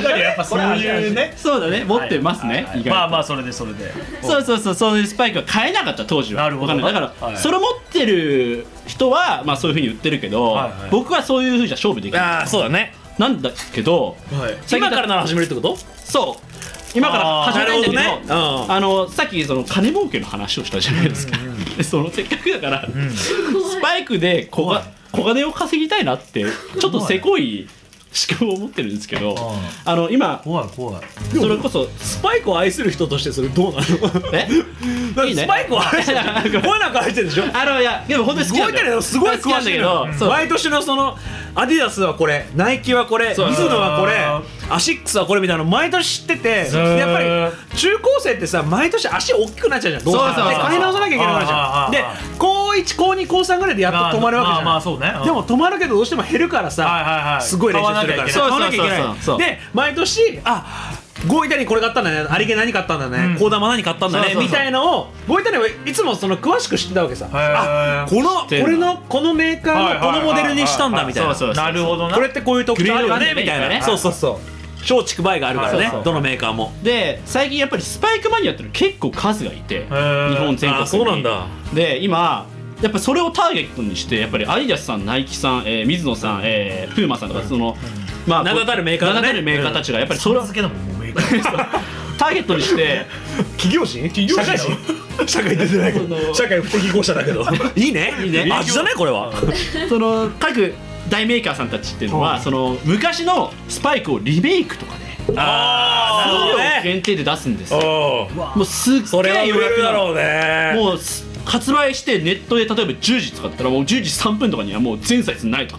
[SPEAKER 4] 稲荷やっぱそういうね
[SPEAKER 3] そうだね持ってますね、意外と
[SPEAKER 4] まあまあそれでそれで
[SPEAKER 3] そうそうそうそういうスパイクは買えなかった当時は
[SPEAKER 4] なるほど
[SPEAKER 3] わかんないだから、
[SPEAKER 4] はい
[SPEAKER 3] それ持ってる人はまあそういうふうに売ってるけど、
[SPEAKER 4] はいはい
[SPEAKER 3] 僕はそういうふうじゃ勝負できない
[SPEAKER 2] ああそうだね
[SPEAKER 3] なんだけど
[SPEAKER 4] はい
[SPEAKER 3] 最近
[SPEAKER 2] 今
[SPEAKER 3] だ
[SPEAKER 2] からなら始めるってこと
[SPEAKER 3] そう今から始めるんだけど
[SPEAKER 2] あーなるほどねうん
[SPEAKER 3] あのさっきその金儲けの話をしたじゃないですか、でそのせっかくだから、スパイクで小が小金を稼ぎたいなってちょっとせこい仕組みを持ってるんですけどあの今
[SPEAKER 4] 怖い怖い
[SPEAKER 3] それこそ
[SPEAKER 2] スパイクを愛する人としてそれどうなの
[SPEAKER 3] えいいね
[SPEAKER 2] スパイクを愛してる こういうなんか愛してるでしょ
[SPEAKER 3] あのいやでも本当に好き
[SPEAKER 2] 動
[SPEAKER 3] ないん
[SPEAKER 2] て
[SPEAKER 3] だ
[SPEAKER 2] る
[SPEAKER 3] よ
[SPEAKER 2] よすごい
[SPEAKER 3] 好きな
[SPEAKER 2] 詳
[SPEAKER 3] ん
[SPEAKER 2] し
[SPEAKER 3] だ
[SPEAKER 2] い
[SPEAKER 3] け
[SPEAKER 2] の
[SPEAKER 3] どそう
[SPEAKER 2] 毎年のそのアディダスはこれナイキはこれミズ
[SPEAKER 3] そう
[SPEAKER 2] ノはこれアシックスはこれみたいなの毎年知ってて
[SPEAKER 4] ー
[SPEAKER 2] やっぱり中高生ってさ毎年足大きくなっちゃうじゃんどしても
[SPEAKER 3] そうそうそう
[SPEAKER 2] で買い直さなきゃいけなくなっちゃう
[SPEAKER 4] あーあーあ
[SPEAKER 2] で高1高2高3ぐらいでやっと止まるわけじゃん
[SPEAKER 4] まあまあそうねうん
[SPEAKER 2] でも止まるけどどうしても減るからさ、
[SPEAKER 4] はいはいはい
[SPEAKER 2] すごい練習するから
[SPEAKER 3] 買わなきゃいけない
[SPEAKER 2] 買わ
[SPEAKER 3] そうそうそうそう
[SPEAKER 2] で毎年あゴイタニこれ買ったんだねありげ何買ったんだ
[SPEAKER 4] う
[SPEAKER 2] ね
[SPEAKER 4] ん
[SPEAKER 2] 高玉何買ったんだ
[SPEAKER 3] そう
[SPEAKER 2] ね
[SPEAKER 3] そうそう
[SPEAKER 2] みたいのをゴイタニはいつもその詳しく知ってたわけさ
[SPEAKER 4] ー
[SPEAKER 2] あこの
[SPEAKER 3] てんだ
[SPEAKER 2] 俺のこのメーカーのこのモデルにしたんだみたい
[SPEAKER 3] は
[SPEAKER 2] ない
[SPEAKER 3] はいはいはいはいそうそう
[SPEAKER 4] なるほどな
[SPEAKER 2] これってこういう特徴あるよね
[SPEAKER 3] グ
[SPEAKER 2] み
[SPEAKER 3] レード
[SPEAKER 2] た
[SPEAKER 3] がね
[SPEAKER 2] いな
[SPEAKER 3] そう
[SPEAKER 2] そうそうそう松竹梅があるから
[SPEAKER 4] はい
[SPEAKER 2] ね
[SPEAKER 4] そうそう
[SPEAKER 2] どのメーカーも
[SPEAKER 3] で最近やっぱりスパイクマニアってのは結構数がいて日
[SPEAKER 4] ー
[SPEAKER 3] 本全国に
[SPEAKER 2] あそうなんだ
[SPEAKER 3] で今やっぱそれをターゲットにしてやっぱりアディダスさんナイキさん、えー、水野さん、えー、プーマさんとかその、まあ
[SPEAKER 2] 名だたるメーカーがね
[SPEAKER 3] 名だたるメーカーたちがやっぱりそ
[SPEAKER 4] そ
[SPEAKER 3] れ
[SPEAKER 4] れ
[SPEAKER 3] を
[SPEAKER 4] 付けだもんもうメイク社
[SPEAKER 3] ターゲットに して
[SPEAKER 2] 企業人企
[SPEAKER 4] 会人
[SPEAKER 2] 社会出てないけ
[SPEAKER 3] ど
[SPEAKER 2] 社会不適合者だけど いいねいい
[SPEAKER 3] ね
[SPEAKER 2] 味だねこれは
[SPEAKER 3] その各大メーカーさんたちっていうのはその昔のスパイクをリメイクとかね
[SPEAKER 2] あ
[SPEAKER 3] 数量限定で出すんですよもうすっげ
[SPEAKER 2] それは
[SPEAKER 3] え
[SPEAKER 2] 売
[SPEAKER 3] 予
[SPEAKER 2] れ
[SPEAKER 3] 約
[SPEAKER 2] るだ
[SPEAKER 3] なの
[SPEAKER 2] ろうね
[SPEAKER 3] もうす発売してネットで例えば10時使ったらもう10時3分とかにはもう全サイズないと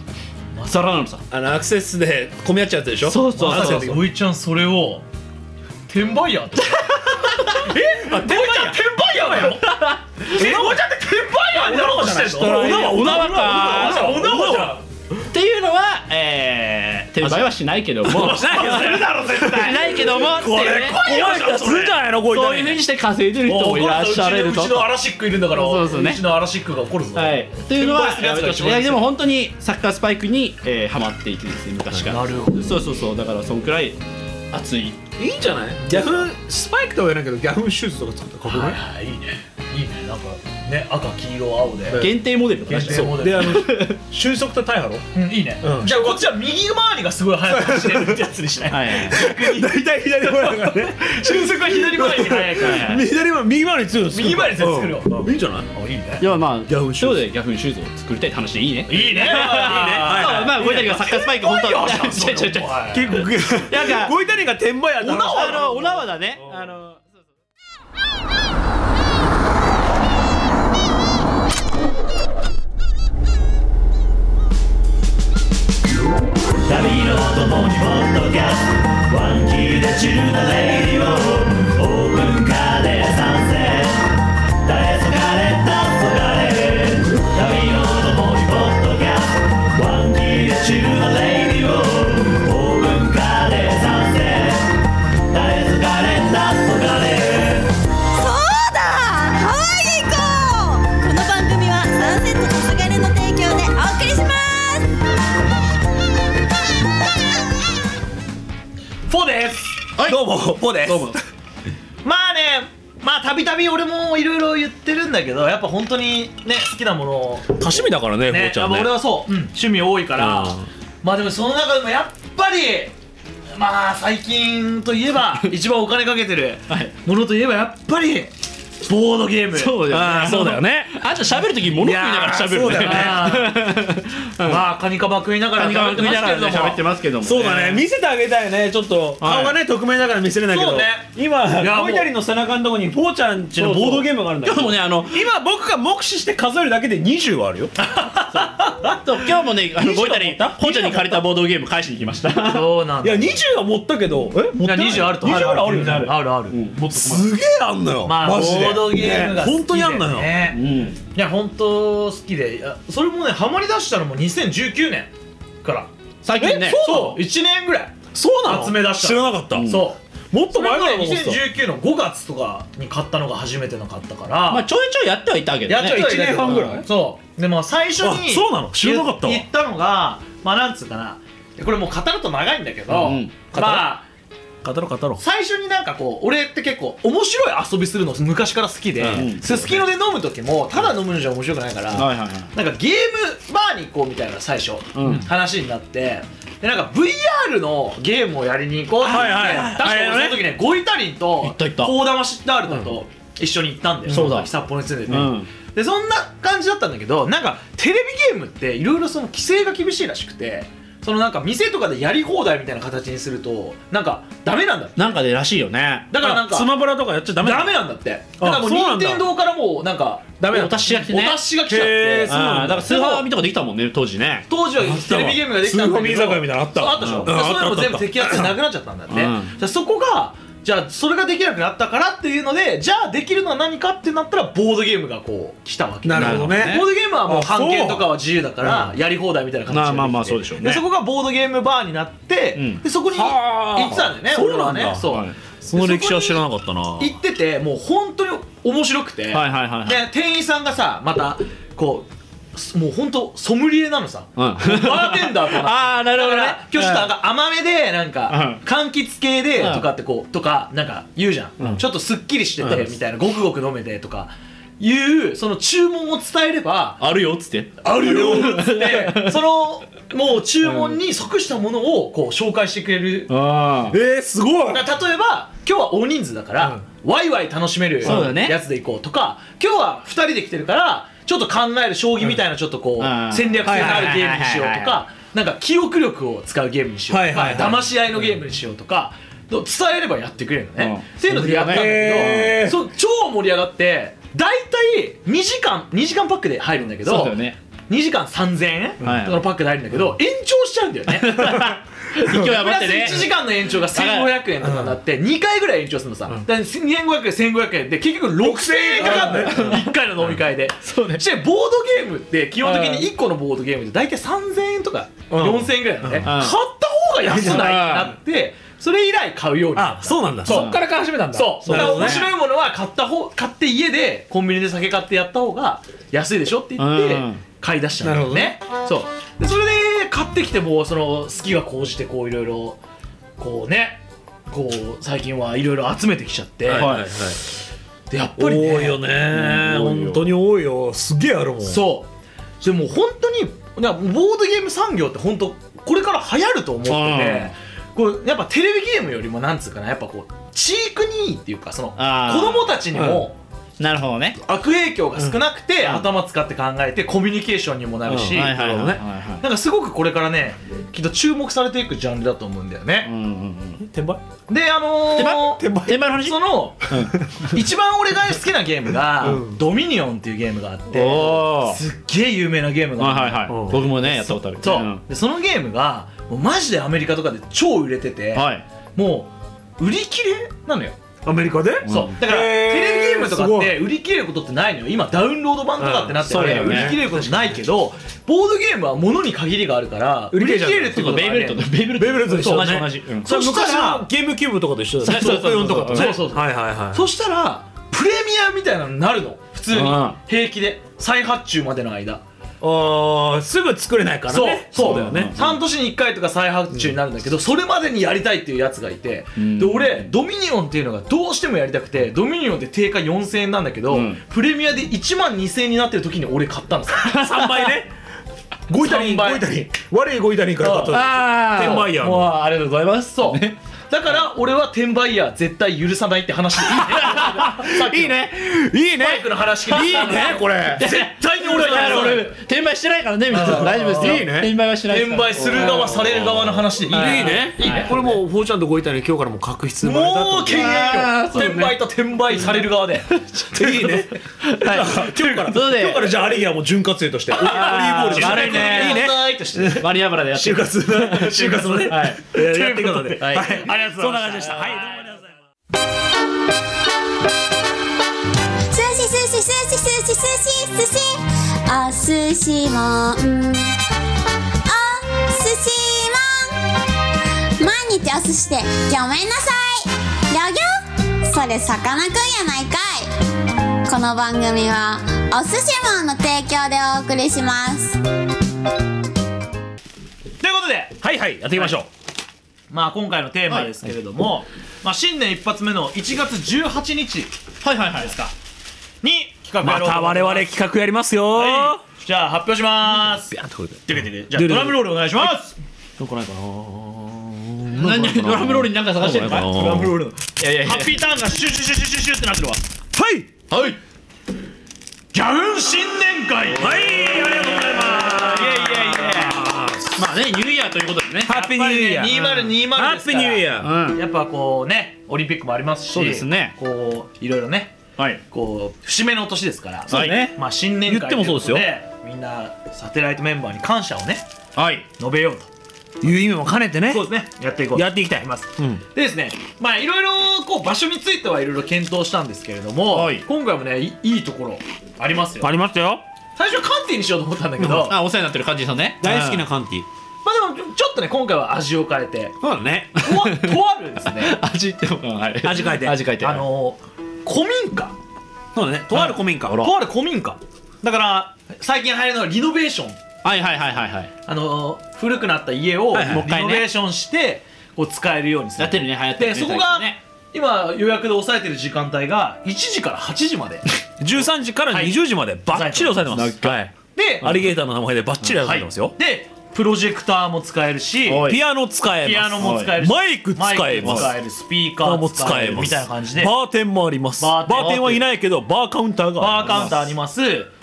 [SPEAKER 3] ザラなのさ
[SPEAKER 2] あのアクセスで混み合っちゃうやつでしょ
[SPEAKER 3] そうそうそうそう
[SPEAKER 4] おいちゃんそれを転売ヤーって
[SPEAKER 2] あ転売屋
[SPEAKER 4] 転売ヤーだよえおいちゃんって転売ヤーになろうとしてる
[SPEAKER 2] お
[SPEAKER 4] の
[SPEAKER 2] 縄お縄か
[SPEAKER 4] おなおじゃん
[SPEAKER 3] っていうのは、えー、転売はしないけどもし
[SPEAKER 2] ないよするだろ絶対
[SPEAKER 3] ないけどもっていうね
[SPEAKER 2] 怖いやつするんじゃないのこうい
[SPEAKER 3] そういうふうにして稼いでる人もいらっしゃれる
[SPEAKER 4] うち
[SPEAKER 3] と。
[SPEAKER 4] のアラシックいるんだから
[SPEAKER 3] そうそうそうね
[SPEAKER 4] うちのアラシックが怒るぞ
[SPEAKER 3] はい、というのは、
[SPEAKER 4] 転売するやつが一番いいですよ
[SPEAKER 3] いやでも本当にサッカースパイクに、えー、ハマっていてですね、昔から。
[SPEAKER 4] なるほど
[SPEAKER 3] そうそうそう、だからそんくらい熱い。
[SPEAKER 2] いいんじゃないギャフンスパイクとは言わないけどギャフンシューズとか作ったらかっこよくない
[SPEAKER 4] あーいいねいいねなんかね赤黄色青で
[SPEAKER 2] ね
[SPEAKER 3] 限定モデルだ
[SPEAKER 4] 限
[SPEAKER 3] ね。
[SPEAKER 4] 定モデ
[SPEAKER 2] で
[SPEAKER 4] ル
[SPEAKER 2] あの俊足とタイハロ
[SPEAKER 4] うんいいね
[SPEAKER 2] うん
[SPEAKER 4] じゃあこっちは右回りがすごい速く走れるってやつにし ない
[SPEAKER 3] は い。
[SPEAKER 2] 大体左回りだ からね
[SPEAKER 4] 俊足は左回りに速いから
[SPEAKER 3] はい
[SPEAKER 2] 左回り 右回り強いの作る
[SPEAKER 4] 右回り強いの作るよ
[SPEAKER 2] うんいいんじゃない
[SPEAKER 4] あいいね
[SPEAKER 3] ではまあ、
[SPEAKER 2] ギャフンシューズ
[SPEAKER 3] ということでギャフンシューズを作りたいって話でいいね。
[SPEAKER 4] いいねいいね
[SPEAKER 3] まあまあ、これだけはサッカースパイク、本当は。 違う違う違う。
[SPEAKER 4] 結
[SPEAKER 2] 結
[SPEAKER 4] 構
[SPEAKER 2] 構
[SPEAKER 3] なんか
[SPEAKER 2] 動いたりが転売屋だ
[SPEAKER 3] あの、お縄だね。あの。
[SPEAKER 6] 旅のお供にポッドキャストワンキーでチルなレイディオオープンカーで参戦誰そがれたそがれ旅のお供にポッドキャストワンキーでチルなレイディオオープンカーで参戦誰そがれたそがれ
[SPEAKER 7] そうだハワイに行こうこの番組はサンセット黄昏の提供でお送りします
[SPEAKER 4] ポです
[SPEAKER 2] どうもポです
[SPEAKER 3] どうも
[SPEAKER 4] まあねまあたびたび俺もいろいろ言ってるんだけどやっぱ本当にね好きなものを
[SPEAKER 2] 多趣味だからねほ
[SPEAKER 4] ね
[SPEAKER 2] うちゃん
[SPEAKER 4] やっぱ
[SPEAKER 2] ね
[SPEAKER 4] 俺はそう、うん趣味多いから、
[SPEAKER 2] うん
[SPEAKER 4] まあでもその中でもやっぱりまあ最近といえば一番お金かけてる
[SPEAKER 3] はい
[SPEAKER 4] ものといえばやっぱりボードゲーム
[SPEAKER 3] そうだよね
[SPEAKER 2] あーそうだよね
[SPEAKER 3] あじゃあ喋る時物食いながら喋 る
[SPEAKER 4] いやーまあカニカマ食いながら
[SPEAKER 3] カニカマ食いながらね喋って
[SPEAKER 4] ま
[SPEAKER 3] ますけども
[SPEAKER 2] そうだね、見せてあげたいねちょっと
[SPEAKER 3] は
[SPEAKER 2] 顔
[SPEAKER 3] い
[SPEAKER 2] がね、匿名だから見せれないけ
[SPEAKER 4] そ
[SPEAKER 2] ど、
[SPEAKER 4] うね
[SPEAKER 2] 今
[SPEAKER 4] いやもう
[SPEAKER 2] 小イタリの背中のとこにポーちゃんちのボードゲームがあるんだけど
[SPEAKER 3] 今日もねあの
[SPEAKER 2] 今僕が目視して数えるだけで20はあるよ
[SPEAKER 3] そう今日もねあのごいたり
[SPEAKER 2] 持った
[SPEAKER 3] ほうちゃんに借りたボードゲーム返しに来ました
[SPEAKER 4] すそうなん
[SPEAKER 2] い
[SPEAKER 4] だ
[SPEAKER 2] や20は持ったけどえ持ってない
[SPEAKER 4] いや20あると
[SPEAKER 2] 20ぐらいあるよね
[SPEAKER 4] あるある
[SPEAKER 3] もっと
[SPEAKER 2] すげえあんのよ、
[SPEAKER 4] まあボ
[SPEAKER 2] マジで
[SPEAKER 4] ードゲームが好きで、
[SPEAKER 2] ね
[SPEAKER 4] ね、
[SPEAKER 2] 本当にあんのよ、
[SPEAKER 3] うん
[SPEAKER 4] いや本当好きでいやそれもねハマりだしたのも2019年から
[SPEAKER 3] 最近ね
[SPEAKER 2] えそう
[SPEAKER 4] そう1年ぐらい、
[SPEAKER 2] そうなの
[SPEAKER 4] 集め出した
[SPEAKER 2] 知らなかった、
[SPEAKER 3] うん
[SPEAKER 4] そう
[SPEAKER 2] もっと
[SPEAKER 4] それ
[SPEAKER 2] 前
[SPEAKER 4] ま
[SPEAKER 2] から
[SPEAKER 4] で
[SPEAKER 2] と思ってた
[SPEAKER 4] 2019の5月とかに買ったのが初めての買ったから、
[SPEAKER 3] まあちょいちょいやってはいたけど
[SPEAKER 4] やっ
[SPEAKER 3] ね
[SPEAKER 4] ちゃいけないけど
[SPEAKER 2] 一年半ぐらい
[SPEAKER 4] そうでも最初に
[SPEAKER 2] あそうなの知らなかったわ
[SPEAKER 4] 言ったのがまあなんつうかなこれもう語ると長いんだけど、
[SPEAKER 3] うん
[SPEAKER 4] まあ
[SPEAKER 2] 語ろう語ろう
[SPEAKER 4] 最初になんかこう俺って結構面白い遊びするの昔から好きで
[SPEAKER 3] うん
[SPEAKER 4] すすきので飲む時もただ飲むのじゃ面白くないから、
[SPEAKER 3] はいはいはい
[SPEAKER 4] なんかゲームバーに行こうみたいな最初、
[SPEAKER 3] うん
[SPEAKER 4] 話になってでなんか VR のゲームをやりに行こうって言っ
[SPEAKER 2] は
[SPEAKER 4] て、
[SPEAKER 2] いはいはい
[SPEAKER 4] 確か
[SPEAKER 2] あれ
[SPEAKER 4] 俺
[SPEAKER 2] だね
[SPEAKER 4] その時ねゴイタリンと
[SPEAKER 3] 行った行った
[SPEAKER 4] コーダマシッタールだと一緒に行ったんだよ、
[SPEAKER 3] そうだ
[SPEAKER 4] 札幌に住んで
[SPEAKER 3] う
[SPEAKER 4] て、
[SPEAKER 3] ん
[SPEAKER 4] でそんな感じだったんだけどなんかテレビゲームっていろいろその規制が厳しいらしくてそのなんか店とかでやり放題みたいな形にするとなんかダメなんだって
[SPEAKER 3] なんかでらしいよね
[SPEAKER 4] だからなんか
[SPEAKER 2] スマブラとかやっちゃダメ
[SPEAKER 4] ダメなんだってだ
[SPEAKER 2] あ
[SPEAKER 4] からもう
[SPEAKER 2] そうな
[SPEAKER 4] 任
[SPEAKER 2] んだ
[SPEAKER 4] 天堂からもうなんか
[SPEAKER 3] ダメだ
[SPEAKER 4] お達しが来てねお達しが来ちゃっ
[SPEAKER 2] へ
[SPEAKER 4] て
[SPEAKER 2] ーそう
[SPEAKER 3] あ
[SPEAKER 2] な
[SPEAKER 3] あ
[SPEAKER 2] んだ
[SPEAKER 3] だからスーファミとかできたもんね当時ね
[SPEAKER 4] 当時はテレビゲームができたんだ
[SPEAKER 2] スー
[SPEAKER 4] けど
[SPEAKER 2] ファミ居酒屋みたいなのあった
[SPEAKER 4] そう
[SPEAKER 2] わ
[SPEAKER 4] あったでしょ、
[SPEAKER 2] うん
[SPEAKER 4] で
[SPEAKER 2] あった
[SPEAKER 4] そういうのも全部
[SPEAKER 2] あった
[SPEAKER 4] 摘発でなくなっちゃったんだって、
[SPEAKER 3] うん
[SPEAKER 4] じゃあそこがじゃあそれができなくなったからっていうのでじゃあできるのは何かってなったらボードゲームがこう来たわけ
[SPEAKER 2] なるほどね
[SPEAKER 4] ボードゲームはもう
[SPEAKER 2] あそう
[SPEAKER 4] 版権とかは自由だからやり放題みたいな形でで
[SPEAKER 3] ま
[SPEAKER 4] きて
[SPEAKER 3] あまあまあそうでしょうね
[SPEAKER 4] そこがボードゲームバーになって、
[SPEAKER 3] うん
[SPEAKER 4] でそこに
[SPEAKER 2] はあ
[SPEAKER 4] 行ってたんだよね
[SPEAKER 2] そう
[SPEAKER 4] 俺ら
[SPEAKER 2] な
[SPEAKER 4] は
[SPEAKER 2] んだ
[SPEAKER 4] ねそう、
[SPEAKER 3] はい
[SPEAKER 2] その歴史は知らなかったな
[SPEAKER 4] 行っててもう本当に面白くて、
[SPEAKER 3] はいはいはいはい
[SPEAKER 4] で店員さんがさまたこうすもう本当ソムリエなのさ、
[SPEAKER 3] うん
[SPEAKER 4] バーテンダーと か
[SPEAKER 3] あーなるほどね
[SPEAKER 4] だから今日ちょっとなんか甘めでなんか、
[SPEAKER 3] う
[SPEAKER 4] 柑橘系で
[SPEAKER 3] うん
[SPEAKER 4] とかってこうとかなんか言うじゃん、
[SPEAKER 3] うん
[SPEAKER 4] ちょっとすっきりしててみたいな、ごくごく飲めてとかいうその注文を伝えれば
[SPEAKER 3] あるよっつって
[SPEAKER 4] あるよ っつってそのもう注文に即したものをこう紹介してくれる
[SPEAKER 3] ああ
[SPEAKER 2] えー、すごい
[SPEAKER 4] だから例えば今日は大人数だから、ワイワイ楽しめる
[SPEAKER 3] そうだね
[SPEAKER 4] やつでいこうとか今日は2人で来てるからちょっと考える将棋みたいなちょっとこ
[SPEAKER 3] う
[SPEAKER 4] う、
[SPEAKER 3] ん
[SPEAKER 4] 戦略性のあるゲームにしよ
[SPEAKER 3] はいはいはい
[SPEAKER 4] うと
[SPEAKER 3] はいは
[SPEAKER 4] かなんか記憶力を使うゲームにしようとか、
[SPEAKER 2] はいはいはい
[SPEAKER 4] 騙し合いのゲームにしようとか、伝えればやってくれるのね、
[SPEAKER 3] うん
[SPEAKER 4] っていうのでやったんだけ
[SPEAKER 2] へ
[SPEAKER 4] ど
[SPEAKER 2] ー
[SPEAKER 4] そう超盛り上がって大体2時間2時間パックで入るんだけど
[SPEAKER 3] そうだよね
[SPEAKER 4] 2時間3000円、
[SPEAKER 3] はい
[SPEAKER 4] そのパックで入るんだけど、延長しちゃうんだよね
[SPEAKER 3] 勢い余って
[SPEAKER 4] プ
[SPEAKER 3] ね
[SPEAKER 4] ラス1時間の延長が1500円とかになって2回ぐらい延長するのさ、だから2500円1500円で結局6000円かかんのよ1回の飲み会で
[SPEAKER 3] そうね
[SPEAKER 4] そしてボードゲームって基本的に1個のボードゲームで大体3000円とか4000円ぐらいなのね、買った方が安ないってなってそれ以来買うようにな
[SPEAKER 2] あ
[SPEAKER 4] った
[SPEAKER 2] そうなんだ
[SPEAKER 4] そう
[SPEAKER 2] っから買い始めたん
[SPEAKER 4] そう
[SPEAKER 2] な
[SPEAKER 4] だ
[SPEAKER 2] る
[SPEAKER 4] か
[SPEAKER 2] ほ
[SPEAKER 4] ら
[SPEAKER 2] どね
[SPEAKER 4] 面白いものは買った方買って家でコンビニで酒買ってやった方が安いでしょって言って
[SPEAKER 3] うん
[SPEAKER 4] 買い出したんだよねそうでそれで買ってきてもうその好きが高じてこういろいろこうねこう最近はいろいろ集めてきちゃって、
[SPEAKER 2] はいはいはい
[SPEAKER 4] でやっぱりね
[SPEAKER 2] 多いよね
[SPEAKER 3] うん多いよ
[SPEAKER 2] 本当に多いよすげえあるもん
[SPEAKER 4] そうでも本当になボードゲーム産業って本当これから流行ると思っててこうやっぱテレビゲームよりもなんつうかなやっぱこうチークにいいっていうかその子
[SPEAKER 3] あー
[SPEAKER 4] 供たちにも、
[SPEAKER 3] なるほどね
[SPEAKER 4] 悪影響が少なくて、
[SPEAKER 3] ん
[SPEAKER 4] 頭使って考えてコミュニケーションにもなるし、
[SPEAKER 3] うんはいはいはいはい
[SPEAKER 4] なるほどねなんかすごくこれからねきっと注目されていくジャンルだと思うんだよ
[SPEAKER 3] うん
[SPEAKER 4] ね、
[SPEAKER 3] うんうん
[SPEAKER 2] 転売
[SPEAKER 4] であの
[SPEAKER 3] 手
[SPEAKER 4] ー
[SPEAKER 3] 間手間手間の話
[SPEAKER 4] その、一番俺が好きなゲームが、ドミニオンっていうゲームがあって
[SPEAKER 3] お
[SPEAKER 4] すっげえ有名なゲーム
[SPEAKER 3] お
[SPEAKER 4] があ
[SPEAKER 3] は
[SPEAKER 4] る
[SPEAKER 3] いはい
[SPEAKER 2] うん
[SPEAKER 3] はい僕もねやったことある
[SPEAKER 4] そう、
[SPEAKER 3] ん
[SPEAKER 4] でそのゲームがもうマジでアメリカとかで超売れてて、
[SPEAKER 3] はい
[SPEAKER 4] もう売り切れなのよ
[SPEAKER 2] アメリカで
[SPEAKER 4] そうだから
[SPEAKER 2] へー
[SPEAKER 4] テレビゲームとかっ
[SPEAKER 2] すご
[SPEAKER 4] て売り切れることってないのよ今ダウンロード版とかってなって
[SPEAKER 3] う
[SPEAKER 4] て、
[SPEAKER 3] んそうだよ
[SPEAKER 4] 売
[SPEAKER 3] ね
[SPEAKER 4] り切れることないけどボードゲームは物に限りがあるから売り切れるって
[SPEAKER 3] ちょ
[SPEAKER 4] こ
[SPEAKER 3] っと
[SPEAKER 4] とが
[SPEAKER 3] ベイブレッドとベイブレッド
[SPEAKER 2] ベイブレッドと一緒だね
[SPEAKER 3] 同じ同じうん
[SPEAKER 2] そ
[SPEAKER 4] そしたら
[SPEAKER 2] 昔のゲームキューブとかと一緒だよね
[SPEAKER 3] そうそうそうそう
[SPEAKER 2] 64とかとね
[SPEAKER 4] そうそうそう
[SPEAKER 2] はいはいはい
[SPEAKER 4] そしたらプレミアみたいなのになるの普通に
[SPEAKER 3] うん
[SPEAKER 4] 平気で再発注までの間
[SPEAKER 2] おーすぐ作れないから
[SPEAKER 4] そう
[SPEAKER 2] ね
[SPEAKER 4] そう
[SPEAKER 2] だよね
[SPEAKER 4] 半年に1回とか再発注になるんだけど、それまでにやりたいっていうやつがいて、
[SPEAKER 3] ん
[SPEAKER 4] で俺ドミニオンっていうのがどうしてもやりたくてドミニオンって定価4000円なんだけど、
[SPEAKER 3] うん
[SPEAKER 4] プレミアで1万2000円になってる時に俺買ったのさ
[SPEAKER 2] 3倍 ね
[SPEAKER 4] ゴ
[SPEAKER 2] ゴイタリンゴイタリン悪いゴイタリンから買った
[SPEAKER 3] あ
[SPEAKER 2] 転売ヤーの
[SPEAKER 3] もうありがとうございます
[SPEAKER 4] そうだから俺は転売ヤー絶対許さないっ て話でいいねさっきの
[SPEAKER 3] いいね
[SPEAKER 2] いいね
[SPEAKER 4] バイクの話聞いて
[SPEAKER 2] いいねこれ
[SPEAKER 4] 絶対に俺は
[SPEAKER 3] あ
[SPEAKER 4] 許
[SPEAKER 3] の
[SPEAKER 4] さな
[SPEAKER 3] 俺
[SPEAKER 4] い
[SPEAKER 3] 転売してないからね皆さん大丈夫ですよ
[SPEAKER 2] いいね
[SPEAKER 3] 転売はしてないです
[SPEAKER 4] 転
[SPEAKER 3] から
[SPEAKER 4] 売する側される側の話でいいね
[SPEAKER 2] いいね
[SPEAKER 4] いいね
[SPEAKER 2] これもうフォーちゃんとゴイタリン今日からもう確執生まれた
[SPEAKER 4] もう敬遠よ
[SPEAKER 3] あーそうね
[SPEAKER 4] 転売と転売される側で
[SPEAKER 2] といいね
[SPEAKER 3] はい
[SPEAKER 2] 今日から
[SPEAKER 3] そうで
[SPEAKER 2] 今日からじゃあアリギアも潤滑油としてオリーブオイルとして
[SPEAKER 3] 悪いね
[SPEAKER 2] いいね
[SPEAKER 4] いいとして
[SPEAKER 3] マリアブラでやって
[SPEAKER 2] 就活就活のね、
[SPEAKER 3] はい
[SPEAKER 2] えーやっていくので、
[SPEAKER 3] はいありがとうございました
[SPEAKER 2] そんな感じでしたはいどうもありがとうございました
[SPEAKER 7] 寿司寿司寿司寿司寿司寿司お寿司もんお寿司もん毎日お寿司でごめんなさいギョギョそれさかなクンやないかいこの番組はお寿司もんの提供でお送りします
[SPEAKER 4] ということで
[SPEAKER 2] はいはいやっていきましょう、
[SPEAKER 4] まあ今回のテーマですけれども、まあ新年一発目の1月18日
[SPEAKER 3] はいはいはい
[SPEAKER 4] に企画や
[SPEAKER 2] ま
[SPEAKER 4] ろうと
[SPEAKER 2] た
[SPEAKER 4] 思
[SPEAKER 2] 我々
[SPEAKER 4] います
[SPEAKER 2] 企画やりますよ、
[SPEAKER 4] はいじゃあ発表します
[SPEAKER 2] ビャンとこれで
[SPEAKER 4] てけてけじゃあドラムロールお願いします
[SPEAKER 2] どこないかな
[SPEAKER 3] 何
[SPEAKER 2] なんか
[SPEAKER 3] ドラムロールに何か探してるの
[SPEAKER 2] なんかないかな
[SPEAKER 3] ロールのいやいやいや
[SPEAKER 4] ハッピーターンがシュシュシュシュシュシュってなってるわ
[SPEAKER 2] はい
[SPEAKER 3] はい
[SPEAKER 4] ギャフン新年会はいありがとうございますイエイイエイイエイ
[SPEAKER 3] まあねニューイヤーということでね
[SPEAKER 2] ハッピーニューイヤー、
[SPEAKER 4] やっぱりね2020ですから
[SPEAKER 2] ハッピーニューイヤー
[SPEAKER 3] うん
[SPEAKER 4] やっぱこうねオリンピックもありますし
[SPEAKER 3] そうですね
[SPEAKER 4] こういろいろね
[SPEAKER 3] はい
[SPEAKER 4] こう節目の年ですから
[SPEAKER 3] そうね
[SPEAKER 4] まあ新年会
[SPEAKER 3] 言ってもそうですよ
[SPEAKER 4] といことでみんなサテライトメンバーに感謝をね
[SPEAKER 3] はい
[SPEAKER 4] 述べようと
[SPEAKER 2] いう意味も兼ねてね
[SPEAKER 4] そうですねやっていこう
[SPEAKER 2] やっていきたい
[SPEAKER 4] 思ます、
[SPEAKER 2] うん
[SPEAKER 4] でですねまあいろいろこう場所についてはいろいろ検討したんですけれども、
[SPEAKER 3] はい
[SPEAKER 4] 今回もねいいいところありますよ
[SPEAKER 2] ありましたよ
[SPEAKER 4] 最初はカンティにしようと思ったんだけど、まあ
[SPEAKER 3] あお世話になってる感じさんね
[SPEAKER 2] 大好きなカンティ
[SPEAKER 4] でもちょっとね今回は味を変えて
[SPEAKER 2] そうだね
[SPEAKER 4] とあとあるです ね
[SPEAKER 3] 味ってもはい
[SPEAKER 2] 味変えて
[SPEAKER 3] 味変えて
[SPEAKER 4] あのー古民家
[SPEAKER 2] そうだねとある古民家ほら
[SPEAKER 4] とある古民家だから最近流行るのはリノベーション
[SPEAKER 3] はいはいはいはいはい
[SPEAKER 4] あのー古くなった家を
[SPEAKER 2] はいはい
[SPEAKER 4] リ
[SPEAKER 3] もう一回
[SPEAKER 4] ノ
[SPEAKER 3] ね
[SPEAKER 4] ベーションしてこう使えるようにする
[SPEAKER 3] やってるね流行ってる
[SPEAKER 4] で
[SPEAKER 3] ね
[SPEAKER 4] そこが
[SPEAKER 3] 最近ね
[SPEAKER 4] 今予約で抑えてる時間帯が1時から8時 まで
[SPEAKER 2] 13時から20時までバッチリ押さえてます、はい、
[SPEAKER 4] で
[SPEAKER 2] アリゲーターの名前でバッチリ押さえてますよ、
[SPEAKER 4] でプロジェクターも使えるし
[SPEAKER 3] おい
[SPEAKER 2] ピアノ使えます
[SPEAKER 4] ピアノも使えるし
[SPEAKER 2] マイク使え
[SPEAKER 4] マイ
[SPEAKER 2] ま
[SPEAKER 4] ク
[SPEAKER 2] す
[SPEAKER 4] 使えるスピー
[SPEAKER 2] バ
[SPEAKER 4] カ
[SPEAKER 2] ーも
[SPEAKER 4] ー
[SPEAKER 2] 使
[SPEAKER 4] 使
[SPEAKER 2] え
[SPEAKER 4] え
[SPEAKER 2] ま
[SPEAKER 4] る
[SPEAKER 2] す
[SPEAKER 4] みたいな感じで
[SPEAKER 2] バ
[SPEAKER 4] バ
[SPEAKER 2] ーテンもあります
[SPEAKER 4] バー
[SPEAKER 2] バー
[SPEAKER 4] テン
[SPEAKER 2] テンはいないけどバーカウンターがあ
[SPEAKER 4] ー
[SPEAKER 2] り
[SPEAKER 4] カ
[SPEAKER 2] ま
[SPEAKER 4] ウン
[SPEAKER 2] す
[SPEAKER 4] ターあります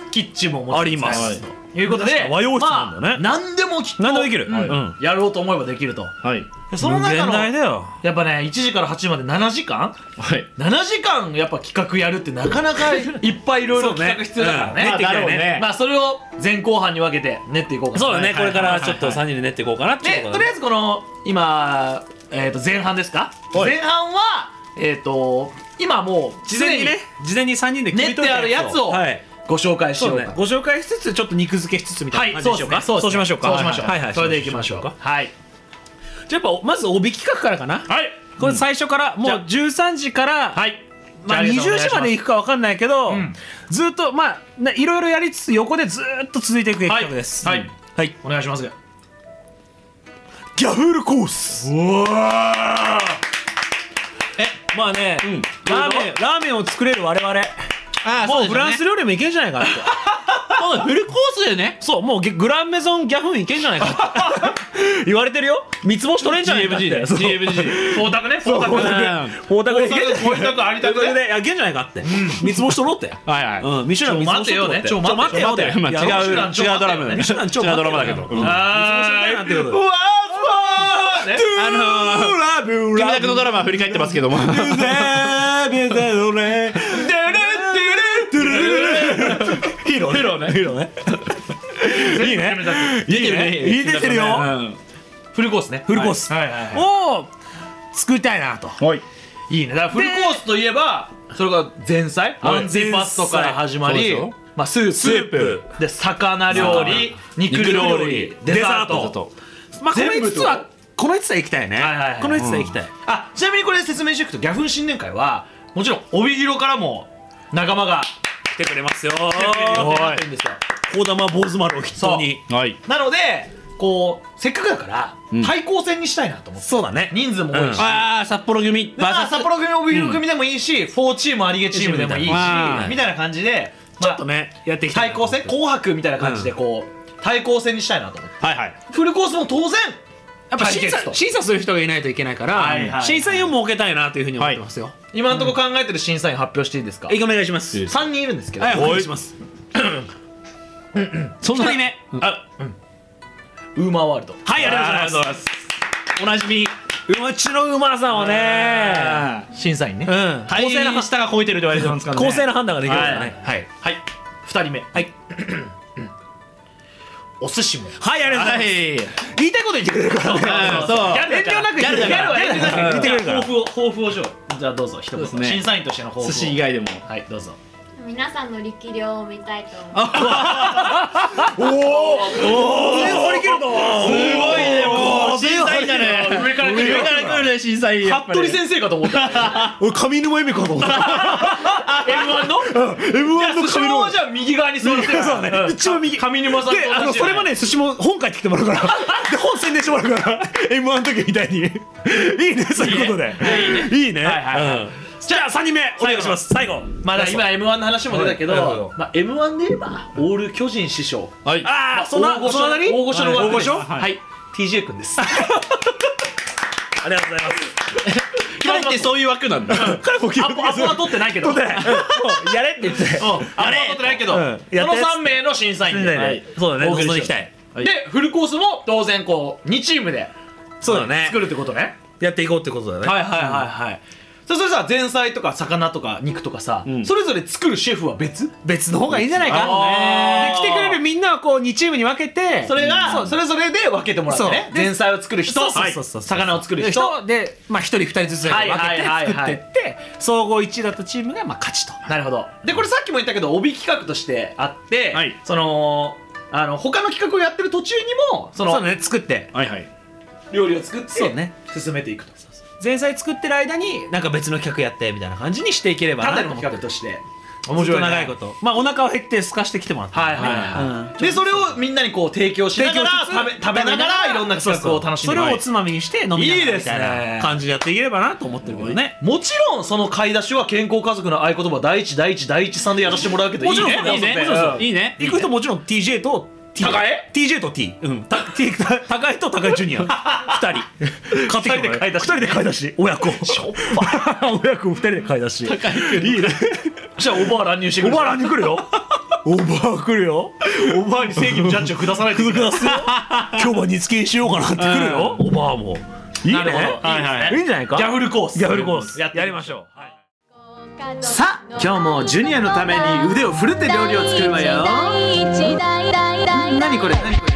[SPEAKER 4] キッチンももちろん
[SPEAKER 2] あります
[SPEAKER 4] 使えということで
[SPEAKER 2] 和洋室なんだね
[SPEAKER 4] まあ何でもきっと
[SPEAKER 2] 何でもできる
[SPEAKER 4] うん
[SPEAKER 2] うん
[SPEAKER 4] やろうと思えばできると
[SPEAKER 3] はい
[SPEAKER 4] でその中
[SPEAKER 2] 無限
[SPEAKER 4] の
[SPEAKER 2] 大だよ
[SPEAKER 4] やっぱね1時から8時まで7時間
[SPEAKER 3] はい
[SPEAKER 4] 7時間やっぱ企画やるってなか なかいっぱいいろいろ企画必要だからね
[SPEAKER 3] そうねうんまあ
[SPEAKER 4] まあ
[SPEAKER 3] だろうね
[SPEAKER 4] まあそれを前後半に分けて練っていこうかな
[SPEAKER 2] そうだね
[SPEAKER 4] はい
[SPEAKER 2] これからちょっと3人で練っていこうかなっていう
[SPEAKER 4] で
[SPEAKER 2] ことと
[SPEAKER 4] り
[SPEAKER 2] だね
[SPEAKER 4] あえずこの今、えー、と前半ですか
[SPEAKER 3] はい
[SPEAKER 4] 前半はえっ、と今もう
[SPEAKER 2] 事前にね事前に3人で決めといた
[SPEAKER 4] 練ってあるやつを
[SPEAKER 2] はい
[SPEAKER 4] ご紹介し
[SPEAKER 2] そ
[SPEAKER 4] よ
[SPEAKER 2] う
[SPEAKER 4] う
[SPEAKER 2] だ
[SPEAKER 4] か
[SPEAKER 2] ねご紹介しつつちょっと肉付けしつつみた
[SPEAKER 4] はいい
[SPEAKER 2] な感じ
[SPEAKER 4] そう
[SPEAKER 2] で
[SPEAKER 4] で
[SPEAKER 2] し
[SPEAKER 4] す
[SPEAKER 2] ょうか
[SPEAKER 4] ねそうですね
[SPEAKER 2] しましょうか
[SPEAKER 4] そうしましょう
[SPEAKER 2] はいはい
[SPEAKER 4] それでいきましょうかはい
[SPEAKER 2] じゃあやっぱまず帯企画からかな
[SPEAKER 4] はい
[SPEAKER 2] これ最初からもう13時から
[SPEAKER 4] はい
[SPEAKER 2] まあ、20時まで行
[SPEAKER 4] く
[SPEAKER 2] くかわかんないけど、
[SPEAKER 4] ん
[SPEAKER 2] ずーっとまあないろいろやりつつ横でずーっと続いていく企画です
[SPEAKER 4] はい
[SPEAKER 2] うんはい、
[SPEAKER 4] お願いします
[SPEAKER 2] ギャフルコースえまあね、ラーメンラーメンを作れる我々
[SPEAKER 3] あ
[SPEAKER 2] もうフランス
[SPEAKER 3] 料
[SPEAKER 2] 料理もいけんじゃないかって
[SPEAKER 3] フルコースだよね
[SPEAKER 2] そうもうゲグランメゾンギャフンいけんじゃないかって 言われてるよ三つ星取れんじゃないかって
[SPEAKER 3] GFG だよ GFG
[SPEAKER 4] 光沢ね光沢
[SPEAKER 2] 光沢光沢でいけんじゃない
[SPEAKER 4] 光沢ありたく
[SPEAKER 2] 光沢
[SPEAKER 4] ね
[SPEAKER 2] でいけんじゃないかって三つ星取ろうって
[SPEAKER 3] はいはい
[SPEAKER 2] うん、ミシュラン三つ星取ろうって
[SPEAKER 4] ちょ待てよね
[SPEAKER 2] ちょ待てよ
[SPEAKER 3] ちょ待てよ
[SPEAKER 2] いや
[SPEAKER 4] ミシュランちょ待て
[SPEAKER 2] 違うドラ
[SPEAKER 4] よね
[SPEAKER 2] マだよミシュラン超
[SPEAKER 3] 違うドラマだけどうん
[SPEAKER 4] あ
[SPEAKER 2] 三つ星取れなんてこと
[SPEAKER 4] うわーすごいね
[SPEAKER 3] あのー
[SPEAKER 2] ラブ
[SPEAKER 3] キムタクのドラマ振り返ってます けども
[SPEAKER 2] ヒーローヒーローねヒーローねいいね
[SPEAKER 3] いいね
[SPEAKER 2] いいですよ
[SPEAKER 3] うん
[SPEAKER 4] フルコースね
[SPEAKER 2] フルコース
[SPEAKER 4] はいはいはい
[SPEAKER 2] を作りたいなと
[SPEAKER 3] はい
[SPEAKER 4] いいねだからフルコースといえばそれが前菜アンティパストから始まり
[SPEAKER 3] 前菜そうで
[SPEAKER 4] まあスープ
[SPEAKER 2] スープ
[SPEAKER 4] で魚料理肉料理デザート
[SPEAKER 2] デザートまあこの
[SPEAKER 4] 全部
[SPEAKER 2] 5
[SPEAKER 4] と
[SPEAKER 2] つはこの5つは行きたいね
[SPEAKER 4] はいはいはい
[SPEAKER 2] この5つは行きたい
[SPEAKER 4] あちなみにこれ説明していくとギャフン新年会はもちろん帯広からも仲間が
[SPEAKER 2] 来てくれますよ
[SPEAKER 4] 来てくれる予定になってるんですよ
[SPEAKER 2] 大玉坊主丸を筆頭に
[SPEAKER 3] はい
[SPEAKER 4] なのでこうせっかくだから
[SPEAKER 3] ん
[SPEAKER 4] 対抗戦にしたいなと思って、そうだね人数も多いし、
[SPEAKER 3] ああ札幌組
[SPEAKER 4] でまあ、札幌組帯広組でもいいし、フォーチーム有毛チームでもいいし、
[SPEAKER 3] はい
[SPEAKER 4] みたいな感じで、まあ
[SPEAKER 2] ちょっとねやっていきたい
[SPEAKER 4] 対
[SPEAKER 2] な
[SPEAKER 4] 抗戦紅白みたいな感じでこう、対抗戦にしたいなと思って
[SPEAKER 3] はいはい
[SPEAKER 4] フルコースも当
[SPEAKER 2] や
[SPEAKER 4] 然
[SPEAKER 2] っぱ
[SPEAKER 4] 対
[SPEAKER 2] 審
[SPEAKER 4] 決と
[SPEAKER 2] 査審査する人がいないといけないから、
[SPEAKER 4] はいはいはい
[SPEAKER 2] 審査員を設けたいなというふうに思ってますよ、は
[SPEAKER 4] 今のところ考えてる審査員発表していいですか、
[SPEAKER 2] い、お願いします
[SPEAKER 3] え
[SPEAKER 4] 3人いるんですけど、
[SPEAKER 2] はいお願いします
[SPEAKER 3] そんな
[SPEAKER 2] 一人目
[SPEAKER 3] あ
[SPEAKER 4] ウーマーワールド
[SPEAKER 2] はいありがとうございます
[SPEAKER 3] ますおなじみ
[SPEAKER 2] うちのうまさをね
[SPEAKER 4] 審査員ね、
[SPEAKER 2] うん公
[SPEAKER 3] 大
[SPEAKER 2] 正
[SPEAKER 3] 変
[SPEAKER 2] な
[SPEAKER 3] 下が超えてると言われてますからね
[SPEAKER 2] 公正な判断ができるからね
[SPEAKER 4] はい、はい、2人目はいお寿司も
[SPEAKER 2] はいありがとうございます
[SPEAKER 3] い
[SPEAKER 2] 言いたいこと言ってくれるからね
[SPEAKER 3] そう
[SPEAKER 4] ギャル遠慮なく言って
[SPEAKER 3] ギャルだから
[SPEAKER 4] ギャルは遠慮なく
[SPEAKER 2] ギャルだから
[SPEAKER 4] じゃあ抱負を抱負をしようじゃあどうぞ一言、
[SPEAKER 3] そうですね
[SPEAKER 4] 審査員としての抱負を
[SPEAKER 3] 寿司以外でも
[SPEAKER 4] はいどうぞ
[SPEAKER 8] 皆さんの力量を見たいと思います
[SPEAKER 2] 張り切る
[SPEAKER 3] すごいねもう審査員だね
[SPEAKER 4] 上から来る
[SPEAKER 3] 上から来るね審査員やっぱ
[SPEAKER 4] 服部
[SPEAKER 3] り
[SPEAKER 4] 先生かと思った
[SPEAKER 2] 俺上沼恵美子と思った
[SPEAKER 4] M1 の
[SPEAKER 2] M1 の
[SPEAKER 4] 首
[SPEAKER 2] 上
[SPEAKER 4] 相
[SPEAKER 2] 沼
[SPEAKER 4] はじゃあ右側に座ってる
[SPEAKER 2] そうだね
[SPEAKER 4] ん
[SPEAKER 2] 一番右
[SPEAKER 4] 上沼さんと同じ
[SPEAKER 2] であのそれまで寿司も本書いてきてもらう からで本宣伝してもらうから M1 の時みたいにいいねそういうことでいいね
[SPEAKER 4] はいはいはい
[SPEAKER 2] うんじゃあ3人目お願いします最後
[SPEAKER 4] まあだから今 M1 の話も出たけど、
[SPEAKER 2] はいはいはい
[SPEAKER 4] まあ、M1 で言えばオール巨人師匠
[SPEAKER 3] はい
[SPEAKER 2] ああそんな
[SPEAKER 4] 大御所
[SPEAKER 2] そんなに
[SPEAKER 4] 大御所の
[SPEAKER 2] はい
[SPEAKER 4] 枠
[SPEAKER 2] 大御
[SPEAKER 4] です
[SPEAKER 2] 所
[SPEAKER 4] はい、TJ 君 です
[SPEAKER 2] ありがとうございます
[SPEAKER 3] 彼ってそういう枠なんだ
[SPEAKER 2] 彼も気
[SPEAKER 4] アポアポは取ってないけど
[SPEAKER 2] 取ってないうんやれって言って
[SPEAKER 4] うん、あれは取ってないけど、
[SPEAKER 2] うんや
[SPEAKER 4] そ
[SPEAKER 2] った
[SPEAKER 4] の
[SPEAKER 2] やつ
[SPEAKER 4] 3名の審査員で、はい
[SPEAKER 2] そうだね
[SPEAKER 4] お送り
[SPEAKER 2] 望ん
[SPEAKER 4] し
[SPEAKER 2] で
[SPEAKER 4] よ
[SPEAKER 2] いきたい
[SPEAKER 4] でフルコースも当然こう2チームで
[SPEAKER 2] そうだね
[SPEAKER 4] 作るってことね
[SPEAKER 2] やっていこうってことだね
[SPEAKER 4] はいはいはいはい、そそれさ前菜とか魚とか肉とかさ、それぞれ作るシェフは別
[SPEAKER 2] 別の方がいいんじゃないか
[SPEAKER 4] あー
[SPEAKER 2] で来てくれるみんなはこう2チームに分けて
[SPEAKER 4] それが、それぞれで分けてもらってね
[SPEAKER 2] そうで
[SPEAKER 4] 前菜を作る人
[SPEAKER 2] そうそうそうそう
[SPEAKER 4] はい魚を作る
[SPEAKER 2] で
[SPEAKER 4] 人
[SPEAKER 2] 人で、まあ、1人2人ずつ分けて
[SPEAKER 4] はいはいはい
[SPEAKER 2] 作っ
[SPEAKER 4] は
[SPEAKER 2] て
[SPEAKER 4] い
[SPEAKER 2] って総合1位だったチームがまあ勝ちと
[SPEAKER 4] なるほどでこれさっきも言ったけど帯企画としてあって、
[SPEAKER 3] はい
[SPEAKER 4] そのあの他の企画をやってる途中にも
[SPEAKER 2] そ
[SPEAKER 4] そ
[SPEAKER 2] う
[SPEAKER 4] の
[SPEAKER 2] だね作って
[SPEAKER 3] はいはい
[SPEAKER 4] 料理を作って
[SPEAKER 2] そうね
[SPEAKER 4] 進めていくと
[SPEAKER 2] 前菜作ってる間になんか別の企画やってみたいな感じにしていければ
[SPEAKER 4] ただ
[SPEAKER 2] な
[SPEAKER 4] の
[SPEAKER 2] と思って
[SPEAKER 4] 企画として
[SPEAKER 2] 面
[SPEAKER 4] 白いね
[SPEAKER 2] 長いことまあお腹を減ってすかしてきてもらった
[SPEAKER 4] はいはいはい、
[SPEAKER 2] うん
[SPEAKER 4] でそれをみんなにこう提供しながら
[SPEAKER 2] 提供
[SPEAKER 4] 食
[SPEAKER 2] し
[SPEAKER 4] べ
[SPEAKER 2] つつ
[SPEAKER 4] 食べながらいろんな企画を楽しんで
[SPEAKER 2] そうそうそれを
[SPEAKER 4] は
[SPEAKER 2] お
[SPEAKER 4] い
[SPEAKER 2] つまみにして飲みなが
[SPEAKER 4] いい
[SPEAKER 2] ら
[SPEAKER 4] で
[SPEAKER 2] み
[SPEAKER 4] すね
[SPEAKER 2] たいな感じでやっていければなと思ってるけどね
[SPEAKER 4] もちろんその買い出しは健康家族の合言葉第一第一第一さんでやらせてもらうけど
[SPEAKER 2] もちろん
[SPEAKER 4] いいね
[SPEAKER 2] そう
[SPEAKER 4] いいね
[SPEAKER 2] そうそう
[SPEAKER 4] うん
[SPEAKER 3] いいね
[SPEAKER 2] 行く人もちろん TJ と T
[SPEAKER 4] 高江
[SPEAKER 2] TJ と T うんた T た高江と高江ジュニア 二人買ってきてもらえ
[SPEAKER 4] 二人で買い出し
[SPEAKER 2] 二人で買い出し親子しょっぱ 親子二人で買い出し高江いいね
[SPEAKER 4] じゃあオーバー乱入してく
[SPEAKER 2] お
[SPEAKER 4] る
[SPEAKER 2] ばあらに来るよおばあ来るよ
[SPEAKER 4] オーバーに正義のジャッジを下さないといけない
[SPEAKER 2] 今日は煮付けにしようかなって来るよおばあもいいね
[SPEAKER 4] なるほど
[SPEAKER 2] はいはいいいんじゃないか
[SPEAKER 4] ギャフルコース
[SPEAKER 2] ギャフルコース
[SPEAKER 4] やってみましょう
[SPEAKER 2] ましょう
[SPEAKER 8] さあ今日もジュニアのために腕を振るって料理を作るわよ何これ何これ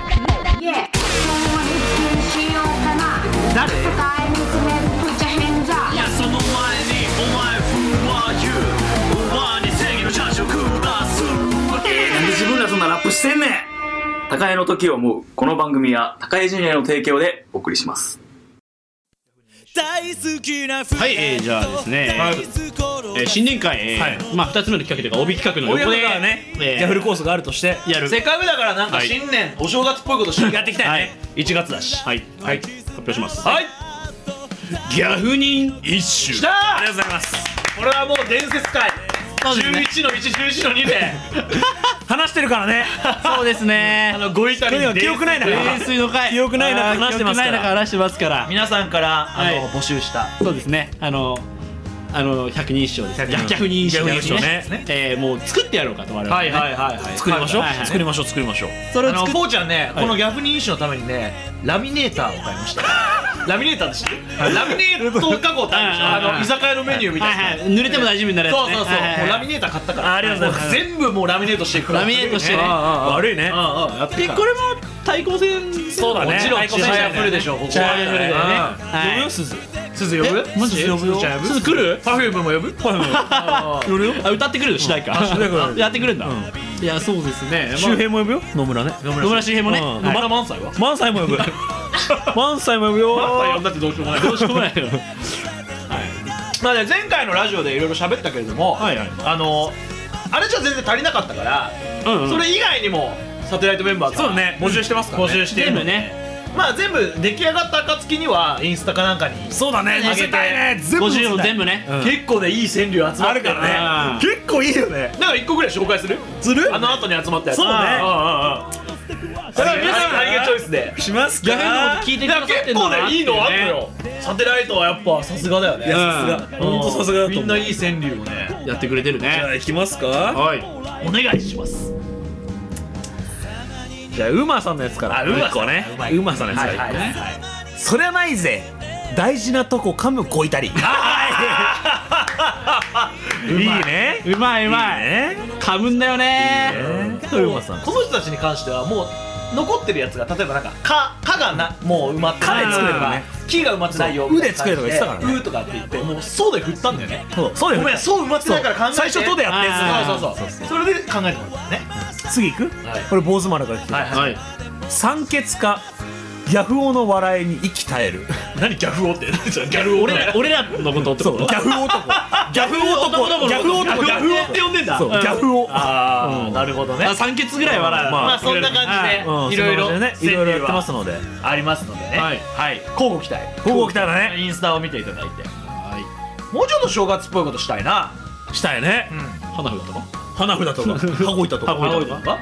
[SPEAKER 8] 誰
[SPEAKER 3] その前にお前 Who are you お前に正義のチャンスを下す
[SPEAKER 9] なんで自分らそんなラップしてんねん高江の時を思うこの番組は高江ジュニアの提供でお送りします
[SPEAKER 3] はい、えー、じゃあですね、えー、新年会、えーまあ、2つ目の企画というか帯企画の
[SPEAKER 2] 親
[SPEAKER 3] 横
[SPEAKER 2] 子
[SPEAKER 3] で
[SPEAKER 2] がね
[SPEAKER 3] えー
[SPEAKER 2] ギャフルコースがあるとして
[SPEAKER 3] やる
[SPEAKER 4] せっかくだからなんか新年お正月っぽいことしてやっていきたいね1月だし
[SPEAKER 3] はい、はい、発表します
[SPEAKER 4] はい
[SPEAKER 3] ギャフ人一
[SPEAKER 4] き
[SPEAKER 3] 首
[SPEAKER 4] た
[SPEAKER 2] あり
[SPEAKER 4] ー
[SPEAKER 2] がとうございます
[SPEAKER 4] これはもう伝説会11の111の2で
[SPEAKER 2] 話してるから ね
[SPEAKER 3] そうですね
[SPEAKER 4] あのご遺体
[SPEAKER 2] 去年は
[SPEAKER 4] に
[SPEAKER 2] 記憶ない中
[SPEAKER 3] 泥酔の会
[SPEAKER 2] 記憶ない中
[SPEAKER 3] あー
[SPEAKER 2] 話してますから
[SPEAKER 3] 記憶ない中話してますから
[SPEAKER 4] 皆さんからあ
[SPEAKER 3] は
[SPEAKER 4] の
[SPEAKER 3] い
[SPEAKER 4] 募集した
[SPEAKER 3] そうですねあのあの百人一首ですね
[SPEAKER 2] 百人
[SPEAKER 3] 逆に一首
[SPEAKER 2] 逆に一首ね
[SPEAKER 3] えー、もう作ってやろうかと我々
[SPEAKER 4] はいはいはいはい
[SPEAKER 2] 作りましょう
[SPEAKER 3] はいはい
[SPEAKER 2] 作りましょう作りましょう
[SPEAKER 3] それ
[SPEAKER 4] あ
[SPEAKER 3] を
[SPEAKER 4] の
[SPEAKER 3] 作っ
[SPEAKER 4] フォーちゃんね、
[SPEAKER 3] はい
[SPEAKER 4] このギャフ人種のためにねラミネーターを買 いましたラミネーターでしてるラミネート加工ってあるでしょ
[SPEAKER 3] はいはいはい
[SPEAKER 4] あの居酒屋のメニューみたいな、
[SPEAKER 3] はいはい、濡れても大丈夫になるやつ
[SPEAKER 4] そう
[SPEAKER 3] ね
[SPEAKER 4] そうそう、
[SPEAKER 3] はいはい
[SPEAKER 4] もうラミネーター買ったから
[SPEAKER 2] ありがとうございます
[SPEAKER 4] も全部もうラミネートしていくから
[SPEAKER 3] ラミネートしてね
[SPEAKER 4] うんうんうん
[SPEAKER 2] 悪いね
[SPEAKER 4] うんうんやって
[SPEAKER 3] で
[SPEAKER 4] るから
[SPEAKER 3] これも対抗戦そう
[SPEAKER 2] だね
[SPEAKER 4] もちろん
[SPEAKER 2] 対抗
[SPEAKER 4] ち
[SPEAKER 2] 戦
[SPEAKER 4] は
[SPEAKER 2] だよ
[SPEAKER 4] や
[SPEAKER 2] ね
[SPEAKER 4] ふるでしょここ
[SPEAKER 2] は
[SPEAKER 4] はいや
[SPEAKER 2] は
[SPEAKER 4] ふるで
[SPEAKER 2] い
[SPEAKER 4] ね
[SPEAKER 2] はい
[SPEAKER 3] はい
[SPEAKER 2] 鈴
[SPEAKER 4] 鈴呼ぶ
[SPEAKER 3] えマジ
[SPEAKER 4] 鈴呼ぶよ
[SPEAKER 3] 鈴来る
[SPEAKER 4] パフュームも呼ぶ
[SPEAKER 2] これも
[SPEAKER 3] よるよあ歌ってくれる主題歌
[SPEAKER 2] 主題歌
[SPEAKER 3] あやってくれるんだ、いやそうですね
[SPEAKER 2] 周平も呼ぶよ野村ね
[SPEAKER 3] まあ野村周平もね、
[SPEAKER 2] うん
[SPEAKER 3] ま
[SPEAKER 4] まだ満載は
[SPEAKER 2] 満載も呼ぶ満載も呼ぶよ
[SPEAKER 4] 呼んだってどうしようもない
[SPEAKER 3] どうしようもないよ
[SPEAKER 4] まあね前回のラジオでいろいろ喋ったけれども、
[SPEAKER 3] はいはい
[SPEAKER 4] あのあれじゃ全然足りなかったから
[SPEAKER 3] うんうん
[SPEAKER 4] それ以外にもサテライトメンバーから
[SPEAKER 10] そうね
[SPEAKER 4] 募集してますから、ね、
[SPEAKER 10] 募集してる
[SPEAKER 3] 全部ね
[SPEAKER 4] まあ全部出来上がった暁にはインスタかなんかに
[SPEAKER 10] そうだね
[SPEAKER 4] 上
[SPEAKER 10] 見
[SPEAKER 4] げて
[SPEAKER 10] せたいね全部見せ
[SPEAKER 3] 50
[SPEAKER 10] た
[SPEAKER 3] の
[SPEAKER 10] い
[SPEAKER 3] 全部ね
[SPEAKER 10] うん
[SPEAKER 4] 結構ねいい川柳集まってる
[SPEAKER 10] あるからね結構いいよね
[SPEAKER 4] だから一個ぐらい紹介する
[SPEAKER 10] する
[SPEAKER 4] あの後に集まったやつ
[SPEAKER 10] そうね
[SPEAKER 4] だから皆さんのハイゲチョイスで
[SPEAKER 10] しますか
[SPEAKER 3] 逆のこと聞いてく
[SPEAKER 4] い
[SPEAKER 3] ださ
[SPEAKER 4] や
[SPEAKER 3] って
[SPEAKER 4] 結
[SPEAKER 3] んだ
[SPEAKER 4] 構
[SPEAKER 3] なっ
[SPEAKER 4] ね
[SPEAKER 3] てい
[SPEAKER 4] いいう
[SPEAKER 3] ね
[SPEAKER 4] のあるのよサテライトはやっぱさすがだよね
[SPEAKER 10] いやさすがほんとさすがだと
[SPEAKER 4] み
[SPEAKER 10] 思うん
[SPEAKER 4] ないい川柳をね
[SPEAKER 3] やってくれてる
[SPEAKER 10] じゃ
[SPEAKER 3] ね
[SPEAKER 10] あ行きますか
[SPEAKER 3] はいお願いします
[SPEAKER 2] じゃあウマさんのやつから
[SPEAKER 4] あウマさん
[SPEAKER 2] 一個ね
[SPEAKER 4] うまい
[SPEAKER 2] ウマさんのやつから
[SPEAKER 4] いはい
[SPEAKER 2] そりゃないぜ大事なとこ噛むこいたり いいね
[SPEAKER 3] うまいうまい
[SPEAKER 2] ね
[SPEAKER 3] 噛むんだよね
[SPEAKER 2] ウマさん
[SPEAKER 4] この人たちに関してはもう残ってるやつが例えばなんか「か」かがなもう埋まってない
[SPEAKER 2] かで作れるのね
[SPEAKER 4] 「き」が埋まってないよ
[SPEAKER 2] そううで作れとか言ってたからね
[SPEAKER 4] う」とかって言ってもう「そう」で振ったんだよね
[SPEAKER 2] そうそうだ
[SPEAKER 4] ご
[SPEAKER 2] よ
[SPEAKER 4] めん「そう」埋まってないから考えて
[SPEAKER 2] 最初「と」でやったやつ
[SPEAKER 4] そうそうそうそうそれで考えてもらったね
[SPEAKER 2] 次行くこれ坊主丸から来てる
[SPEAKER 4] はい
[SPEAKER 3] はい
[SPEAKER 2] 酸欠かヤフオの笑いに息絶える
[SPEAKER 4] 何ギャフをってギャルを
[SPEAKER 3] 俺ら俺らのことって
[SPEAKER 2] そ
[SPEAKER 3] こ
[SPEAKER 2] う
[SPEAKER 3] と
[SPEAKER 2] ギャフ男ギャフ男ギャフ男
[SPEAKER 3] ギャフ男って呼んでんだ
[SPEAKER 2] そうギャフ男
[SPEAKER 4] ああなるほどね
[SPEAKER 3] あ三欠ぐらい笑う
[SPEAKER 2] まあ
[SPEAKER 4] まあそんな感じで
[SPEAKER 2] うん
[SPEAKER 4] いろいろ
[SPEAKER 2] そんな感じでねいろいろやってます
[SPEAKER 4] 川
[SPEAKER 2] ので
[SPEAKER 4] 柳はありますのでね
[SPEAKER 3] はい
[SPEAKER 4] はい交互期待
[SPEAKER 2] 交互期待だね
[SPEAKER 4] インスタを見ていただいてもうちょっと正月っぽいことしたいな
[SPEAKER 2] したいね
[SPEAKER 3] 花札とか
[SPEAKER 2] 花札とか箱板とか
[SPEAKER 3] 箱板
[SPEAKER 4] とか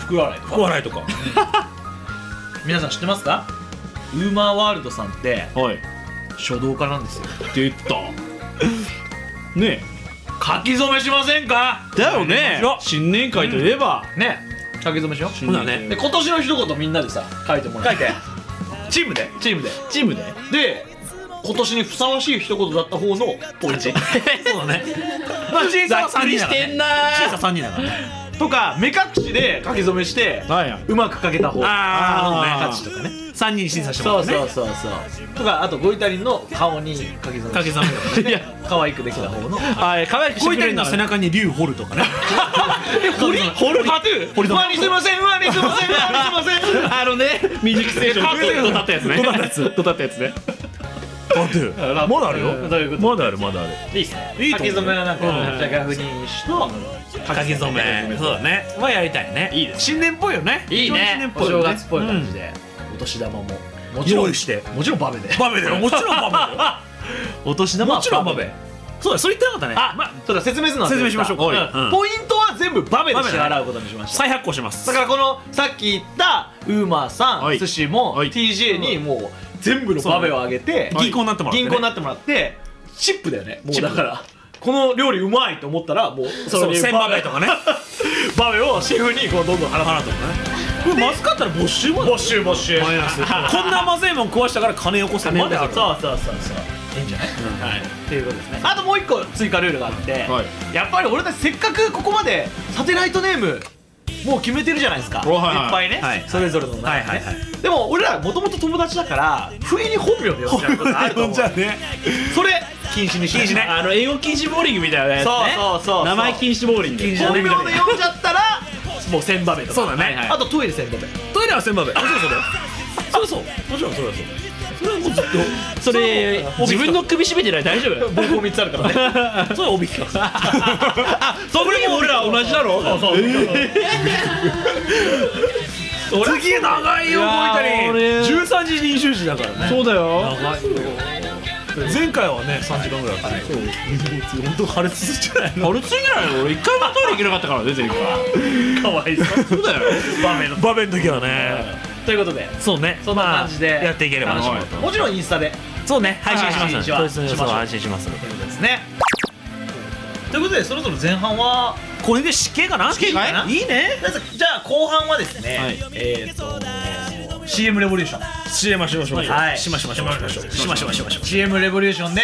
[SPEAKER 4] 福笑いとか
[SPEAKER 2] 小笑いとか
[SPEAKER 4] 皆さん知ってますかウーマーワールドさんって
[SPEAKER 3] はい
[SPEAKER 4] 書道家なんですよ
[SPEAKER 3] 出たね
[SPEAKER 4] 書き初めしませんか
[SPEAKER 3] えだよね
[SPEAKER 2] よ
[SPEAKER 3] 新年会といえば
[SPEAKER 4] ね書き初めしよう
[SPEAKER 2] ほなね
[SPEAKER 4] で今年の一言みんなでさ書いてもらう書いてチームでチームで
[SPEAKER 3] チームで
[SPEAKER 4] で今年にふさわしい一言だった方のポイント
[SPEAKER 2] そうだねまあ審査は3人だからね
[SPEAKER 3] んな
[SPEAKER 2] 審査3人だからね
[SPEAKER 4] とか目隠しで書き初めして
[SPEAKER 3] はいはいう
[SPEAKER 4] まく書けた方
[SPEAKER 2] あー
[SPEAKER 4] 勝ちとかね
[SPEAKER 2] 3人審査しても
[SPEAKER 4] そ
[SPEAKER 2] ら
[SPEAKER 4] うそうそうそうとかあとゴイタリンの顔に書き初め書き初め可愛くできた方の
[SPEAKER 3] はい可愛くして
[SPEAKER 2] こい
[SPEAKER 3] くれ
[SPEAKER 2] た
[SPEAKER 3] る
[SPEAKER 2] り
[SPEAKER 3] んだ
[SPEAKER 2] の背中に竜掘るとかね
[SPEAKER 4] え堀堀タトゥーうわにすいませんうわにすいませんう わにすいません
[SPEAKER 3] あのねミュージックステーションドドタったやつね
[SPEAKER 2] ドタったやつ
[SPEAKER 3] ドタったやつね
[SPEAKER 2] 待ってよまだあるよ
[SPEAKER 4] どういうこと
[SPEAKER 2] まだあるまだある
[SPEAKER 4] いいっすね
[SPEAKER 2] いい
[SPEAKER 4] 書
[SPEAKER 2] と
[SPEAKER 4] き
[SPEAKER 2] 思う
[SPEAKER 4] 初めはなん
[SPEAKER 3] う
[SPEAKER 4] か
[SPEAKER 3] ん
[SPEAKER 4] じゃがふにしと
[SPEAKER 2] 書き初めそうだねはやりたいね
[SPEAKER 3] いいです
[SPEAKER 2] 新年っぽいよね
[SPEAKER 4] いい
[SPEAKER 2] 非常に新年
[SPEAKER 4] ね
[SPEAKER 2] っぽ
[SPEAKER 4] お
[SPEAKER 2] いよ
[SPEAKER 4] 正
[SPEAKER 2] ね
[SPEAKER 4] 月っぽい感じでお年玉ももちろ
[SPEAKER 2] 用
[SPEAKER 4] ん
[SPEAKER 2] 意して
[SPEAKER 4] もちろんバベで
[SPEAKER 2] バベだよもちろんバベだよ
[SPEAKER 4] お年玉は
[SPEAKER 2] もちろんバ
[SPEAKER 4] ベ
[SPEAKER 2] ベそうだそれ言ってなかったね
[SPEAKER 4] あまあそれは説明するのは
[SPEAKER 2] 説明しましょうか
[SPEAKER 4] ん
[SPEAKER 2] はいうん
[SPEAKER 4] ポイントは全部バベで支払うことにしました
[SPEAKER 2] 再発行します
[SPEAKER 4] だからこのさっき言ったウーマーさ
[SPEAKER 3] は
[SPEAKER 4] ん
[SPEAKER 3] い
[SPEAKER 4] 寿司も
[SPEAKER 3] はい
[SPEAKER 4] TJ にもう全部のバベをあげて
[SPEAKER 2] 銀行になってもらってね
[SPEAKER 4] 銀行になってもらってチップだよねもうだからこの料理うまいと思ったらもう
[SPEAKER 2] そ
[SPEAKER 4] そうれに
[SPEAKER 2] 千
[SPEAKER 4] バ
[SPEAKER 2] バ
[SPEAKER 4] ベ
[SPEAKER 2] ベとかね
[SPEAKER 4] バベをシェフにこうどんどん払って
[SPEAKER 2] これまずかったら没収も
[SPEAKER 4] 募集募集
[SPEAKER 2] マイ ナスこんなまずいもん壊したから金よこせ
[SPEAKER 4] まだ
[SPEAKER 2] ま
[SPEAKER 4] そう
[SPEAKER 2] だ
[SPEAKER 4] そうそうそういいんじゃない、はいっていうことですねあともう一個追加ルールがあって、
[SPEAKER 3] はい
[SPEAKER 4] やっぱり俺たちせっかくここまでサテライトネームもう決めてるじゃないですか、
[SPEAKER 3] おはい
[SPEAKER 4] い
[SPEAKER 3] はい
[SPEAKER 4] っぱいね、
[SPEAKER 2] はい
[SPEAKER 4] それぞれの名前ね、
[SPEAKER 2] はいはいは
[SPEAKER 4] でも俺らもともと友達だから不意に本名で呼んじゃうことあると思う
[SPEAKER 2] じゃあね
[SPEAKER 4] それ禁止にしない
[SPEAKER 2] 禁止ね
[SPEAKER 3] あの英語禁止ボーリングみたいなやつね
[SPEAKER 4] そうそうそう
[SPEAKER 3] 名前禁止ボーリング
[SPEAKER 4] 本名で呼んじゃったらもう千場目とか
[SPEAKER 2] そうだね
[SPEAKER 4] はいはいあとトイレ千場目
[SPEAKER 2] トイレは千バベもちろんそうだよそうそうもちろんそうだよそれはもうずっ
[SPEAKER 3] それ自分の首絞めてない大丈夫
[SPEAKER 4] 僕も3つあるからね
[SPEAKER 2] とそれは帯企画
[SPEAKER 3] あそれも俺ら同じだろそうそう
[SPEAKER 2] 次長いよ動いた
[SPEAKER 3] いやー
[SPEAKER 2] り
[SPEAKER 3] 俺
[SPEAKER 2] 13時に就時だからね
[SPEAKER 3] そうだよ
[SPEAKER 2] 前回はね3時間ぐらいあったそう 本当破裂するんじゃないの
[SPEAKER 3] 俺ついてないよ俺一回もトイレ行けなかったから出てるからかわいそうだよ
[SPEAKER 4] 場面の
[SPEAKER 2] バベの時はね
[SPEAKER 4] ということで
[SPEAKER 2] そうね
[SPEAKER 4] そんな感じで、
[SPEAKER 2] まあやっていければな
[SPEAKER 4] 楽しみだともちろんインスタで
[SPEAKER 2] そうね配信します
[SPEAKER 4] 配信します
[SPEAKER 2] そうそうそう配信します
[SPEAKER 4] ということですねということでそろそろ前半は
[SPEAKER 2] これで湿気かな湿
[SPEAKER 4] 気かない
[SPEAKER 2] いね
[SPEAKER 4] じゃあ後半はですね、
[SPEAKER 3] はい
[SPEAKER 4] えっ、ー、と CM レボリューション
[SPEAKER 2] CM しましょう
[SPEAKER 4] はい
[SPEAKER 2] しましょうしましょうしましょうしましょうしましょ
[SPEAKER 4] CM レボリューションで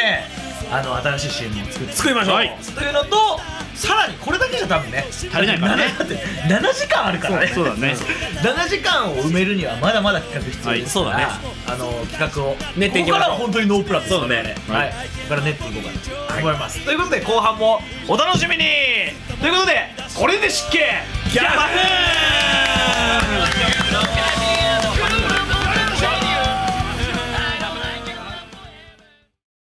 [SPEAKER 4] あの新しい CM を作って
[SPEAKER 2] う作りましょう
[SPEAKER 4] というのとさらにこれだけじゃ多分ね 足
[SPEAKER 3] りないからね
[SPEAKER 4] だって7時間あるからね
[SPEAKER 3] そうだね
[SPEAKER 4] 7時間を埋めるにはまだまだ企画必要ですから、
[SPEAKER 2] はい
[SPEAKER 4] あの企画を
[SPEAKER 2] 練っていきましょう
[SPEAKER 4] ここからは本当にノープランですそうねはい、ここから練っていこうかなと思います、ということで後半もお楽しみにということでこれで湿気ギャバフン